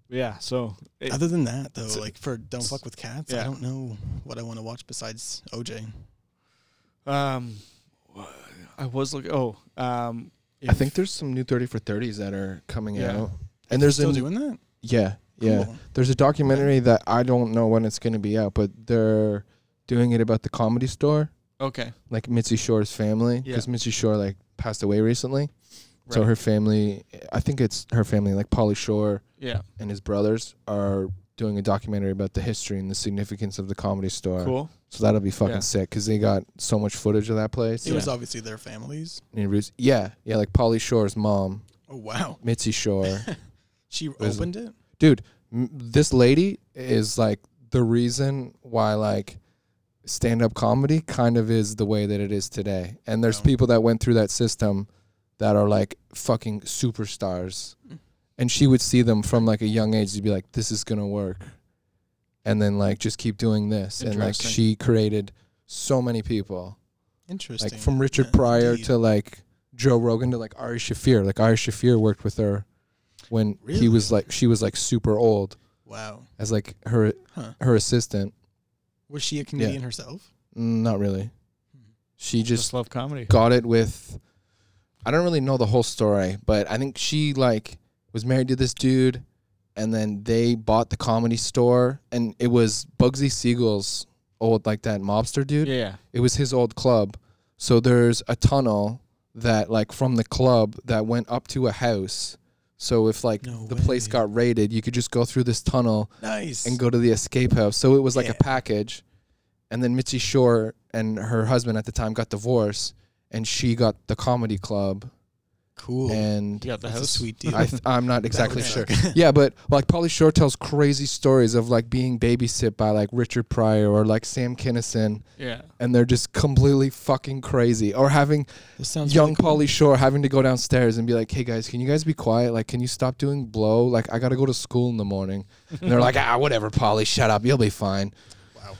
A: Yeah. So it-
C: Other than that, though,
A: It's-
C: like for Don't Fuck with Cats, I
A: yeah.
C: don't know what I want to watch besides OJ.
A: um, I was looking. Oh, um,
B: I
A: if-
B: think there's some new thirty for thirties that are coming
A: Yeah.
B: out, and there's
C: still
B: a
C: doing that.
B: yeah, yeah.
C: Cool.
B: There's a documentary that I don't know when it's gonna be out, but they're doing it about the comedy store,
A: okay.
B: like Mitzi Shore's family,
A: Yeah.
B: because Mitzi Shore like passed away recently.
A: Right.
B: So her family, I think it's her family, like Polly Shore
A: yeah.
B: and his brothers, are doing a documentary about the history and the significance of the Comedy Store.
A: Cool.
B: So that'll be fucking
A: Yeah.
B: sick because they got so much footage of that place.
C: It was obviously their families.
B: And it was- yeah, yeah, like Polly Shore's mom,
C: Oh wow,
B: Mitzi Shore.
C: she
B: Was it-
C: opened it.
B: dude m- this lady is like the reason why like stand-up comedy kind of is the way that it is today and there's
C: Wow.
B: people that went through that system that are like fucking superstars
C: Mm.
B: and she would see them from like a young age to be like this is gonna work and then like just keep doing this and like
A: Interesting.
B: she created so many people
C: Interesting.
B: like from richard
C: Yeah,
B: pryor
C: indeed.
B: to like joe rogan to like ari shafir like ari shafir worked with her when he was
C: Really?
B: like she was like super old
C: wow.
B: as like her
C: Huh.
B: her assistant.
C: Was she a comedian herself?
B: Mm, Not really.
C: Hmm.
B: She
A: Just,
B: just
A: love comedy.
B: got it with. I don't really know the whole story, but I think she like was married to this dude, and then they bought the comedy store, and it was Bugsy Siegel's old like that mobster dude.
A: Yeah. yeah.
B: It was his old club. So there's a tunnel that like from the club that went up to a house. So if like
C: No
B: the place
C: way.
B: got raided, you could just go through this tunnel
C: Nice.
B: and go to the escape house. So it was like
C: Yeah.
B: a package. And then Mitzi Shore and her husband at the time got divorced, and she got the comedy club.
C: cool.
B: And
A: You got the
C: That's a
A: house.
B: [laughs]
C: sweet deal.
B: I th- I'm
C: [laughs]
B: not exactly
C: would
B: sure.
C: suck.
B: yeah, but like Polly Shore tells crazy stories of like being babysit by like Richard Pryor or like Sam Kinison,
A: Yeah.
B: and they're just completely fucking crazy. Or having
C: This sounds
B: young
C: really cool.
B: Polly Shore having to go downstairs and be like, "Hey guys, can you guys be quiet? Like, can you stop doing blow? Like, I gotta go to school in the morning." And they're like, "Ah, whatever, Polly, shut up, you'll be fine."
C: Wow.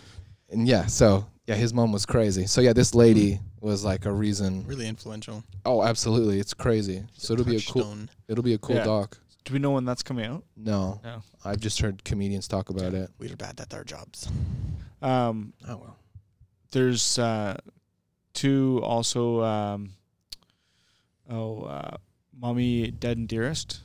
B: And yeah, so yeah, his mom was crazy. So yeah, this lady was like a reason.
C: Really influential.
B: Oh, absolutely, it's crazy. So it'll be a cool.
C: Touchstone.
B: It'll be a cool
A: Yeah.
B: doc.
A: Do we know when that's coming out?
B: No,
A: No.
B: I've just heard comedians talk about it.
C: We are bad at our jobs. Oh,
A: Um,
B: Oh well.
A: there's uh, two also. Um, oh, uh, mommy, dead and dearest.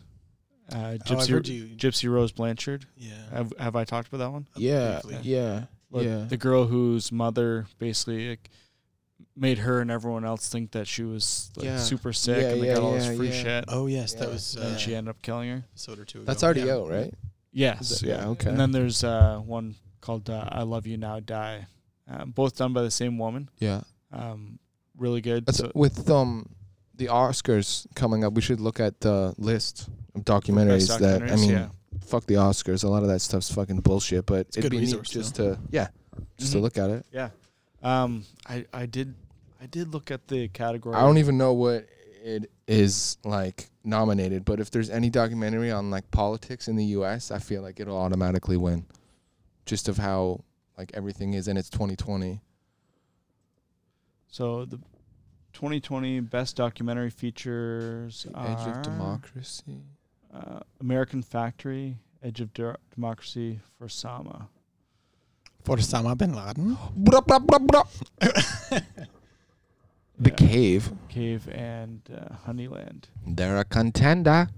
A: Uh,
C: Oh, I've heard
A: Gypsy,
C: you.
A: Gypsy Rose Blanchard.
C: Yeah.
A: Have Have I talked about that one?
B: Yeah,
C: briefly.
B: yeah,
A: Like,
B: yeah.
A: The girl whose mother basically like, made her and everyone else think that she was like
B: Yeah.
A: super sick,
B: Yeah,
A: and they
B: yeah,
A: got all
B: yeah,
A: this free
B: yeah.
A: shit,
C: Oh yes,
B: Yeah.
C: that was
A: and
C: uh,
A: then she ended up killing her.
C: episode or two ago.
B: That's already
C: Yeah.
B: out, right?
A: Yes.
B: Yeah, okay.
A: And then there's uh, one called uh, "I Love You Now Die," um, both done by the same woman.
B: Yeah,
A: Um, really good.
B: That's,
A: So-
B: with um the Oscars coming up, we should look at the list of documentaries,
A: Best
B: that I
A: documentaries,
B: mean,
A: yeah.
B: fuck the Oscars. A lot of that stuff's fucking bullshit, but
C: a
B: it'd
C: good
B: be neat
C: resource,
B: just to yeah, just to
A: Mhm.
B: look at it.
A: Yeah. Um, I, I did I did look at the category.
B: I don't even know what it is like nominated, but if there's any documentary on like politics in the U.S., I feel like it'll automatically win, just of how like everything is, and it's 2020.
A: so the 2020 best documentary features
B: The edge
A: are
B: of democracy.
A: uh, American Factory, Edge of De- Democracy for Sama.
C: For Osama bin
A: [gasps]
C: Laden.
B: Blah, blah, blah, blah. The
A: Yeah,
B: cave.
A: Cave and uh, Honeyland.
B: They're a contender.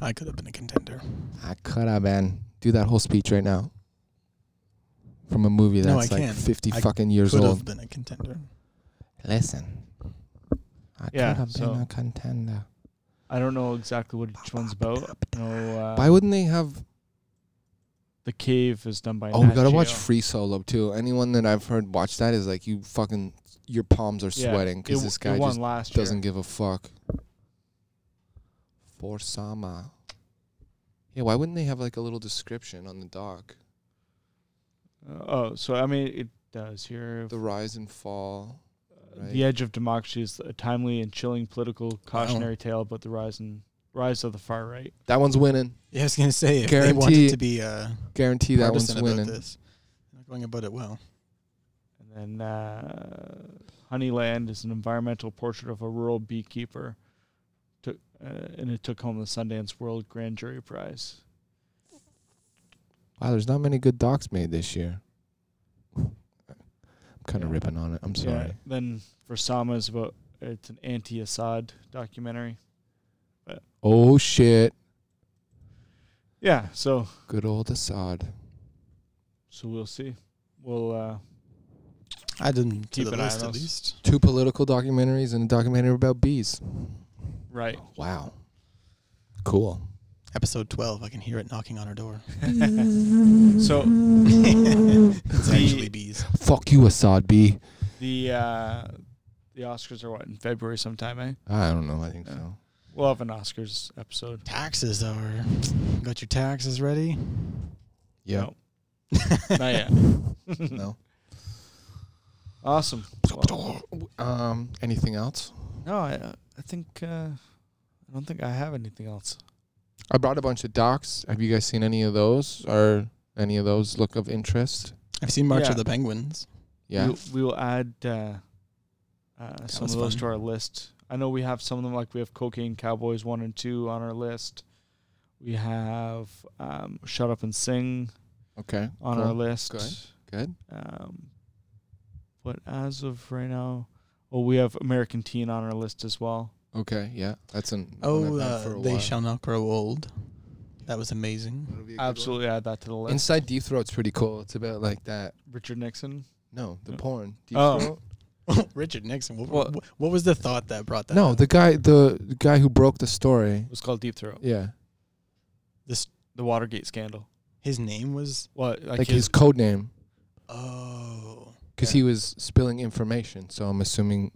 C: I could have been a contender.
B: I could have been. Do that whole speech right now. From a movie
C: No,
B: that's
C: I
B: like
C: can't.
B: 50
C: I
B: fucking years
C: Could
B: old.
C: have been a contender.
B: Listen. I
A: Yeah,
B: could have
A: so-
B: been a contender.
A: I don't know exactly what each one's about. No, uh,
B: Why wouldn't they have.
A: the Cave is done by.
B: Oh, we
A: Nat
B: gotta watch
A: Geo.
B: Free Solo too. Anyone that I've heard watch that is like, you fucking. Your palms are
A: Yeah,
B: sweating
A: it
B: because
A: w-
B: this
A: it
B: guy
A: won
B: just
A: last year.
B: doesn't give a fuck. For Sama. Yeah, why wouldn't they have like a little description on the doc?
A: Uh, oh, so I mean, it does here.
B: The rise and fall. right?
A: The Edge of Democracy is a timely and chilling political cautionary tale about the rise and rise of the far right.
B: That one's winning.
C: Yeah, I was gonna say if they
B: Guarantee-
C: wanted to be uh,
B: Guarantee that
C: partisan
B: one's
C: about
B: winning.
C: this, they're not going about it well.
A: And then uh, Honeyland is an environmental portrait of a rural beekeeper, took, uh, and it took home the Sundance World Grand Jury Prize.
B: Wow, there's not many good docs made this year. I'm kind of
A: Yeah.
B: ripping on it. I'm sorry.
A: Yeah, then for Sama is about it's an anti-Assad documentary.
B: Oh shit.
A: Yeah, so
B: Good old Assad.
A: so we'll see. We'll uh,
C: I
A: Keep
C: didn't keep the
A: an eye
C: list
A: on
C: at
A: those.
C: least.
B: Two political documentaries and a documentary about bees.
A: right.
B: Wow. Cool.
C: Episode twelve, I can hear it knocking on
A: [laughs]
C: our door. Hmm.
A: So
C: it's
A: The-
C: actually bees.
B: Fuck you, Assad bee.
A: the uh, the Oscars are what in February sometime, eh?
B: I don't know. I think
A: Yeah.
B: so.
A: We'll have an Oscars episode.
C: Taxes are. Got your taxes ready?
B: Yeah.
A: No. [laughs] Not yet.
B: [laughs] No.
A: [laughs] Awesome. Well,
B: Um. Anything else?
A: no, I I think uh, I don't think I have anything else.
B: I brought a bunch of docs. Have you guys seen any of those? Or any of those look of interest?
C: I've seen March
A: Yeah.
C: of the Penguins.
B: Yeah.
A: We, we will add uh, uh, some of
C: was
A: those
C: fun.
A: to our list. I know we have some of them, like we have Cocaine Cowboys 1 and 2 on our list. We have um, Shut Up and Sing
B: Okay.
A: on
B: cool.
A: our list.
B: Good. Good.
A: Um, but as of right now, oh, we have American Teen on our list as well.
B: Okay. Yeah. That's an. one
C: Oh,
B: I've had
C: uh,
B: for a
C: they
B: while.
C: shall not grow old. That was amazing.
A: Absolutely add that to the list.
B: Inside Deep Throat's pretty cool. It's about like that.
A: Richard Nixon.
B: No, the
A: No.
B: porn. Deep
A: Oh.
B: Throat.
C: [laughs] Richard Nixon. What,
A: Well-
C: what, what was the thought that brought that?
B: No,
C: up?
B: the guy, the the guy who broke the story.
A: It was called Deep Throat.
B: Yeah,
C: this
A: The Watergate scandal.
C: his name was.
A: Well, like,
B: like, his, code name,
C: Oh,
B: because he was spilling information. So I'm assuming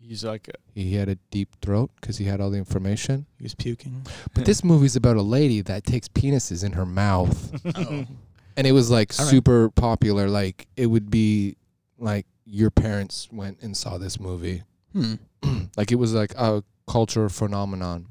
A: he's like
B: he had a deep throat because he had all the information.
C: he was puking.
B: But this movie's about a lady that takes penises in
A: [laughs]
B: her mouth,
C: [laughs] Oh,
B: and it was like
C: All right.
B: super popular. Like it would be like your parents went and saw this movie.
C: hmm.
B: like it was like a culture phenomenon.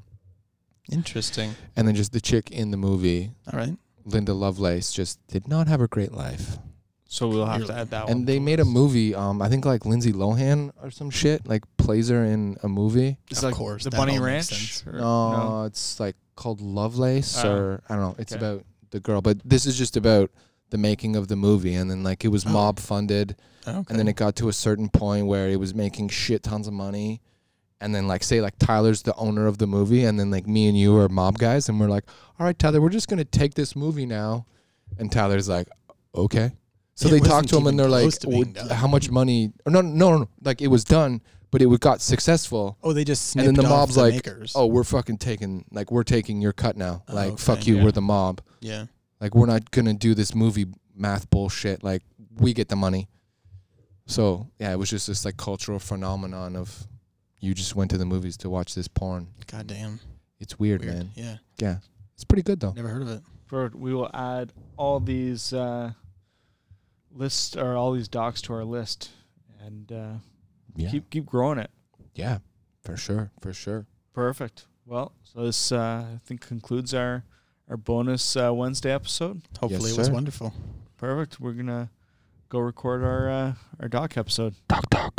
C: Interesting.
B: And then just the chick in the movie
C: All right.
B: Linda Lovelace just did not have a great life.
A: So we'll have to
C: Clearly.
A: add that one.
B: And they
A: to
B: made a
A: us.
B: movie. Um, I think like Lindsay Lohan or some shit like plays her in a movie.
A: It's
C: Of
A: like
C: course,
A: the
C: that
A: Bunny
C: all makes
A: Ranch. Or,
B: No, it's like called Lovelace
A: Er, Oh,
B: or I don't know. It's
A: okay.
B: about the girl, but this is just about the making of the movie and then like it was
C: Oh.
B: mob funded
C: Okay.
B: and then it got to a certain point where it was making shit tons of money and then like say like Tyler's the owner of the movie and then like me and you are mob guys and we're like, "All right, Tyler, we're just going to take this movie now." And Tyler's like, "Okay." So
C: It
B: they talk
C: wasn't
B: to him
C: even
B: and they're like,
C: close to being
B: "Oh,
C: done."
B: "How much money?" Or no, no, no, no, like it was done, but it w- got successful.
C: oh, they just
B: and then
C: snipped
B: the
C: off
B: mob's like,
C: makers.
B: Oh, we're fucking taking like we're taking your cut now.
C: Oh,
B: Like
C: okay,
B: fuck you,
A: yeah.
B: we're the mob.
C: yeah.
B: Like we're not gonna do this movie math bullshit. Like we get the money. So yeah, it was just this like cultural phenomenon of you just went to the movies to watch this porn.
C: Goddamn.
B: It's weird,
C: Weird.
B: man.
C: Yeah.
B: Yeah, it's pretty good though.
C: Never heard of it.
A: For- we will add all these uh, lists or all these docs to our list and uh,
B: Yeah,
A: keep keep growing it.
B: yeah, for sure, for sure.
A: Perfect. Well, so this uh, I think concludes our our bonus uh, Wednesday episode.
C: Hopefully, it was
B: sir.
C: wonderful.
A: Perfect. We're gonna go record our uh, our doc episode.
B: Doc, doc.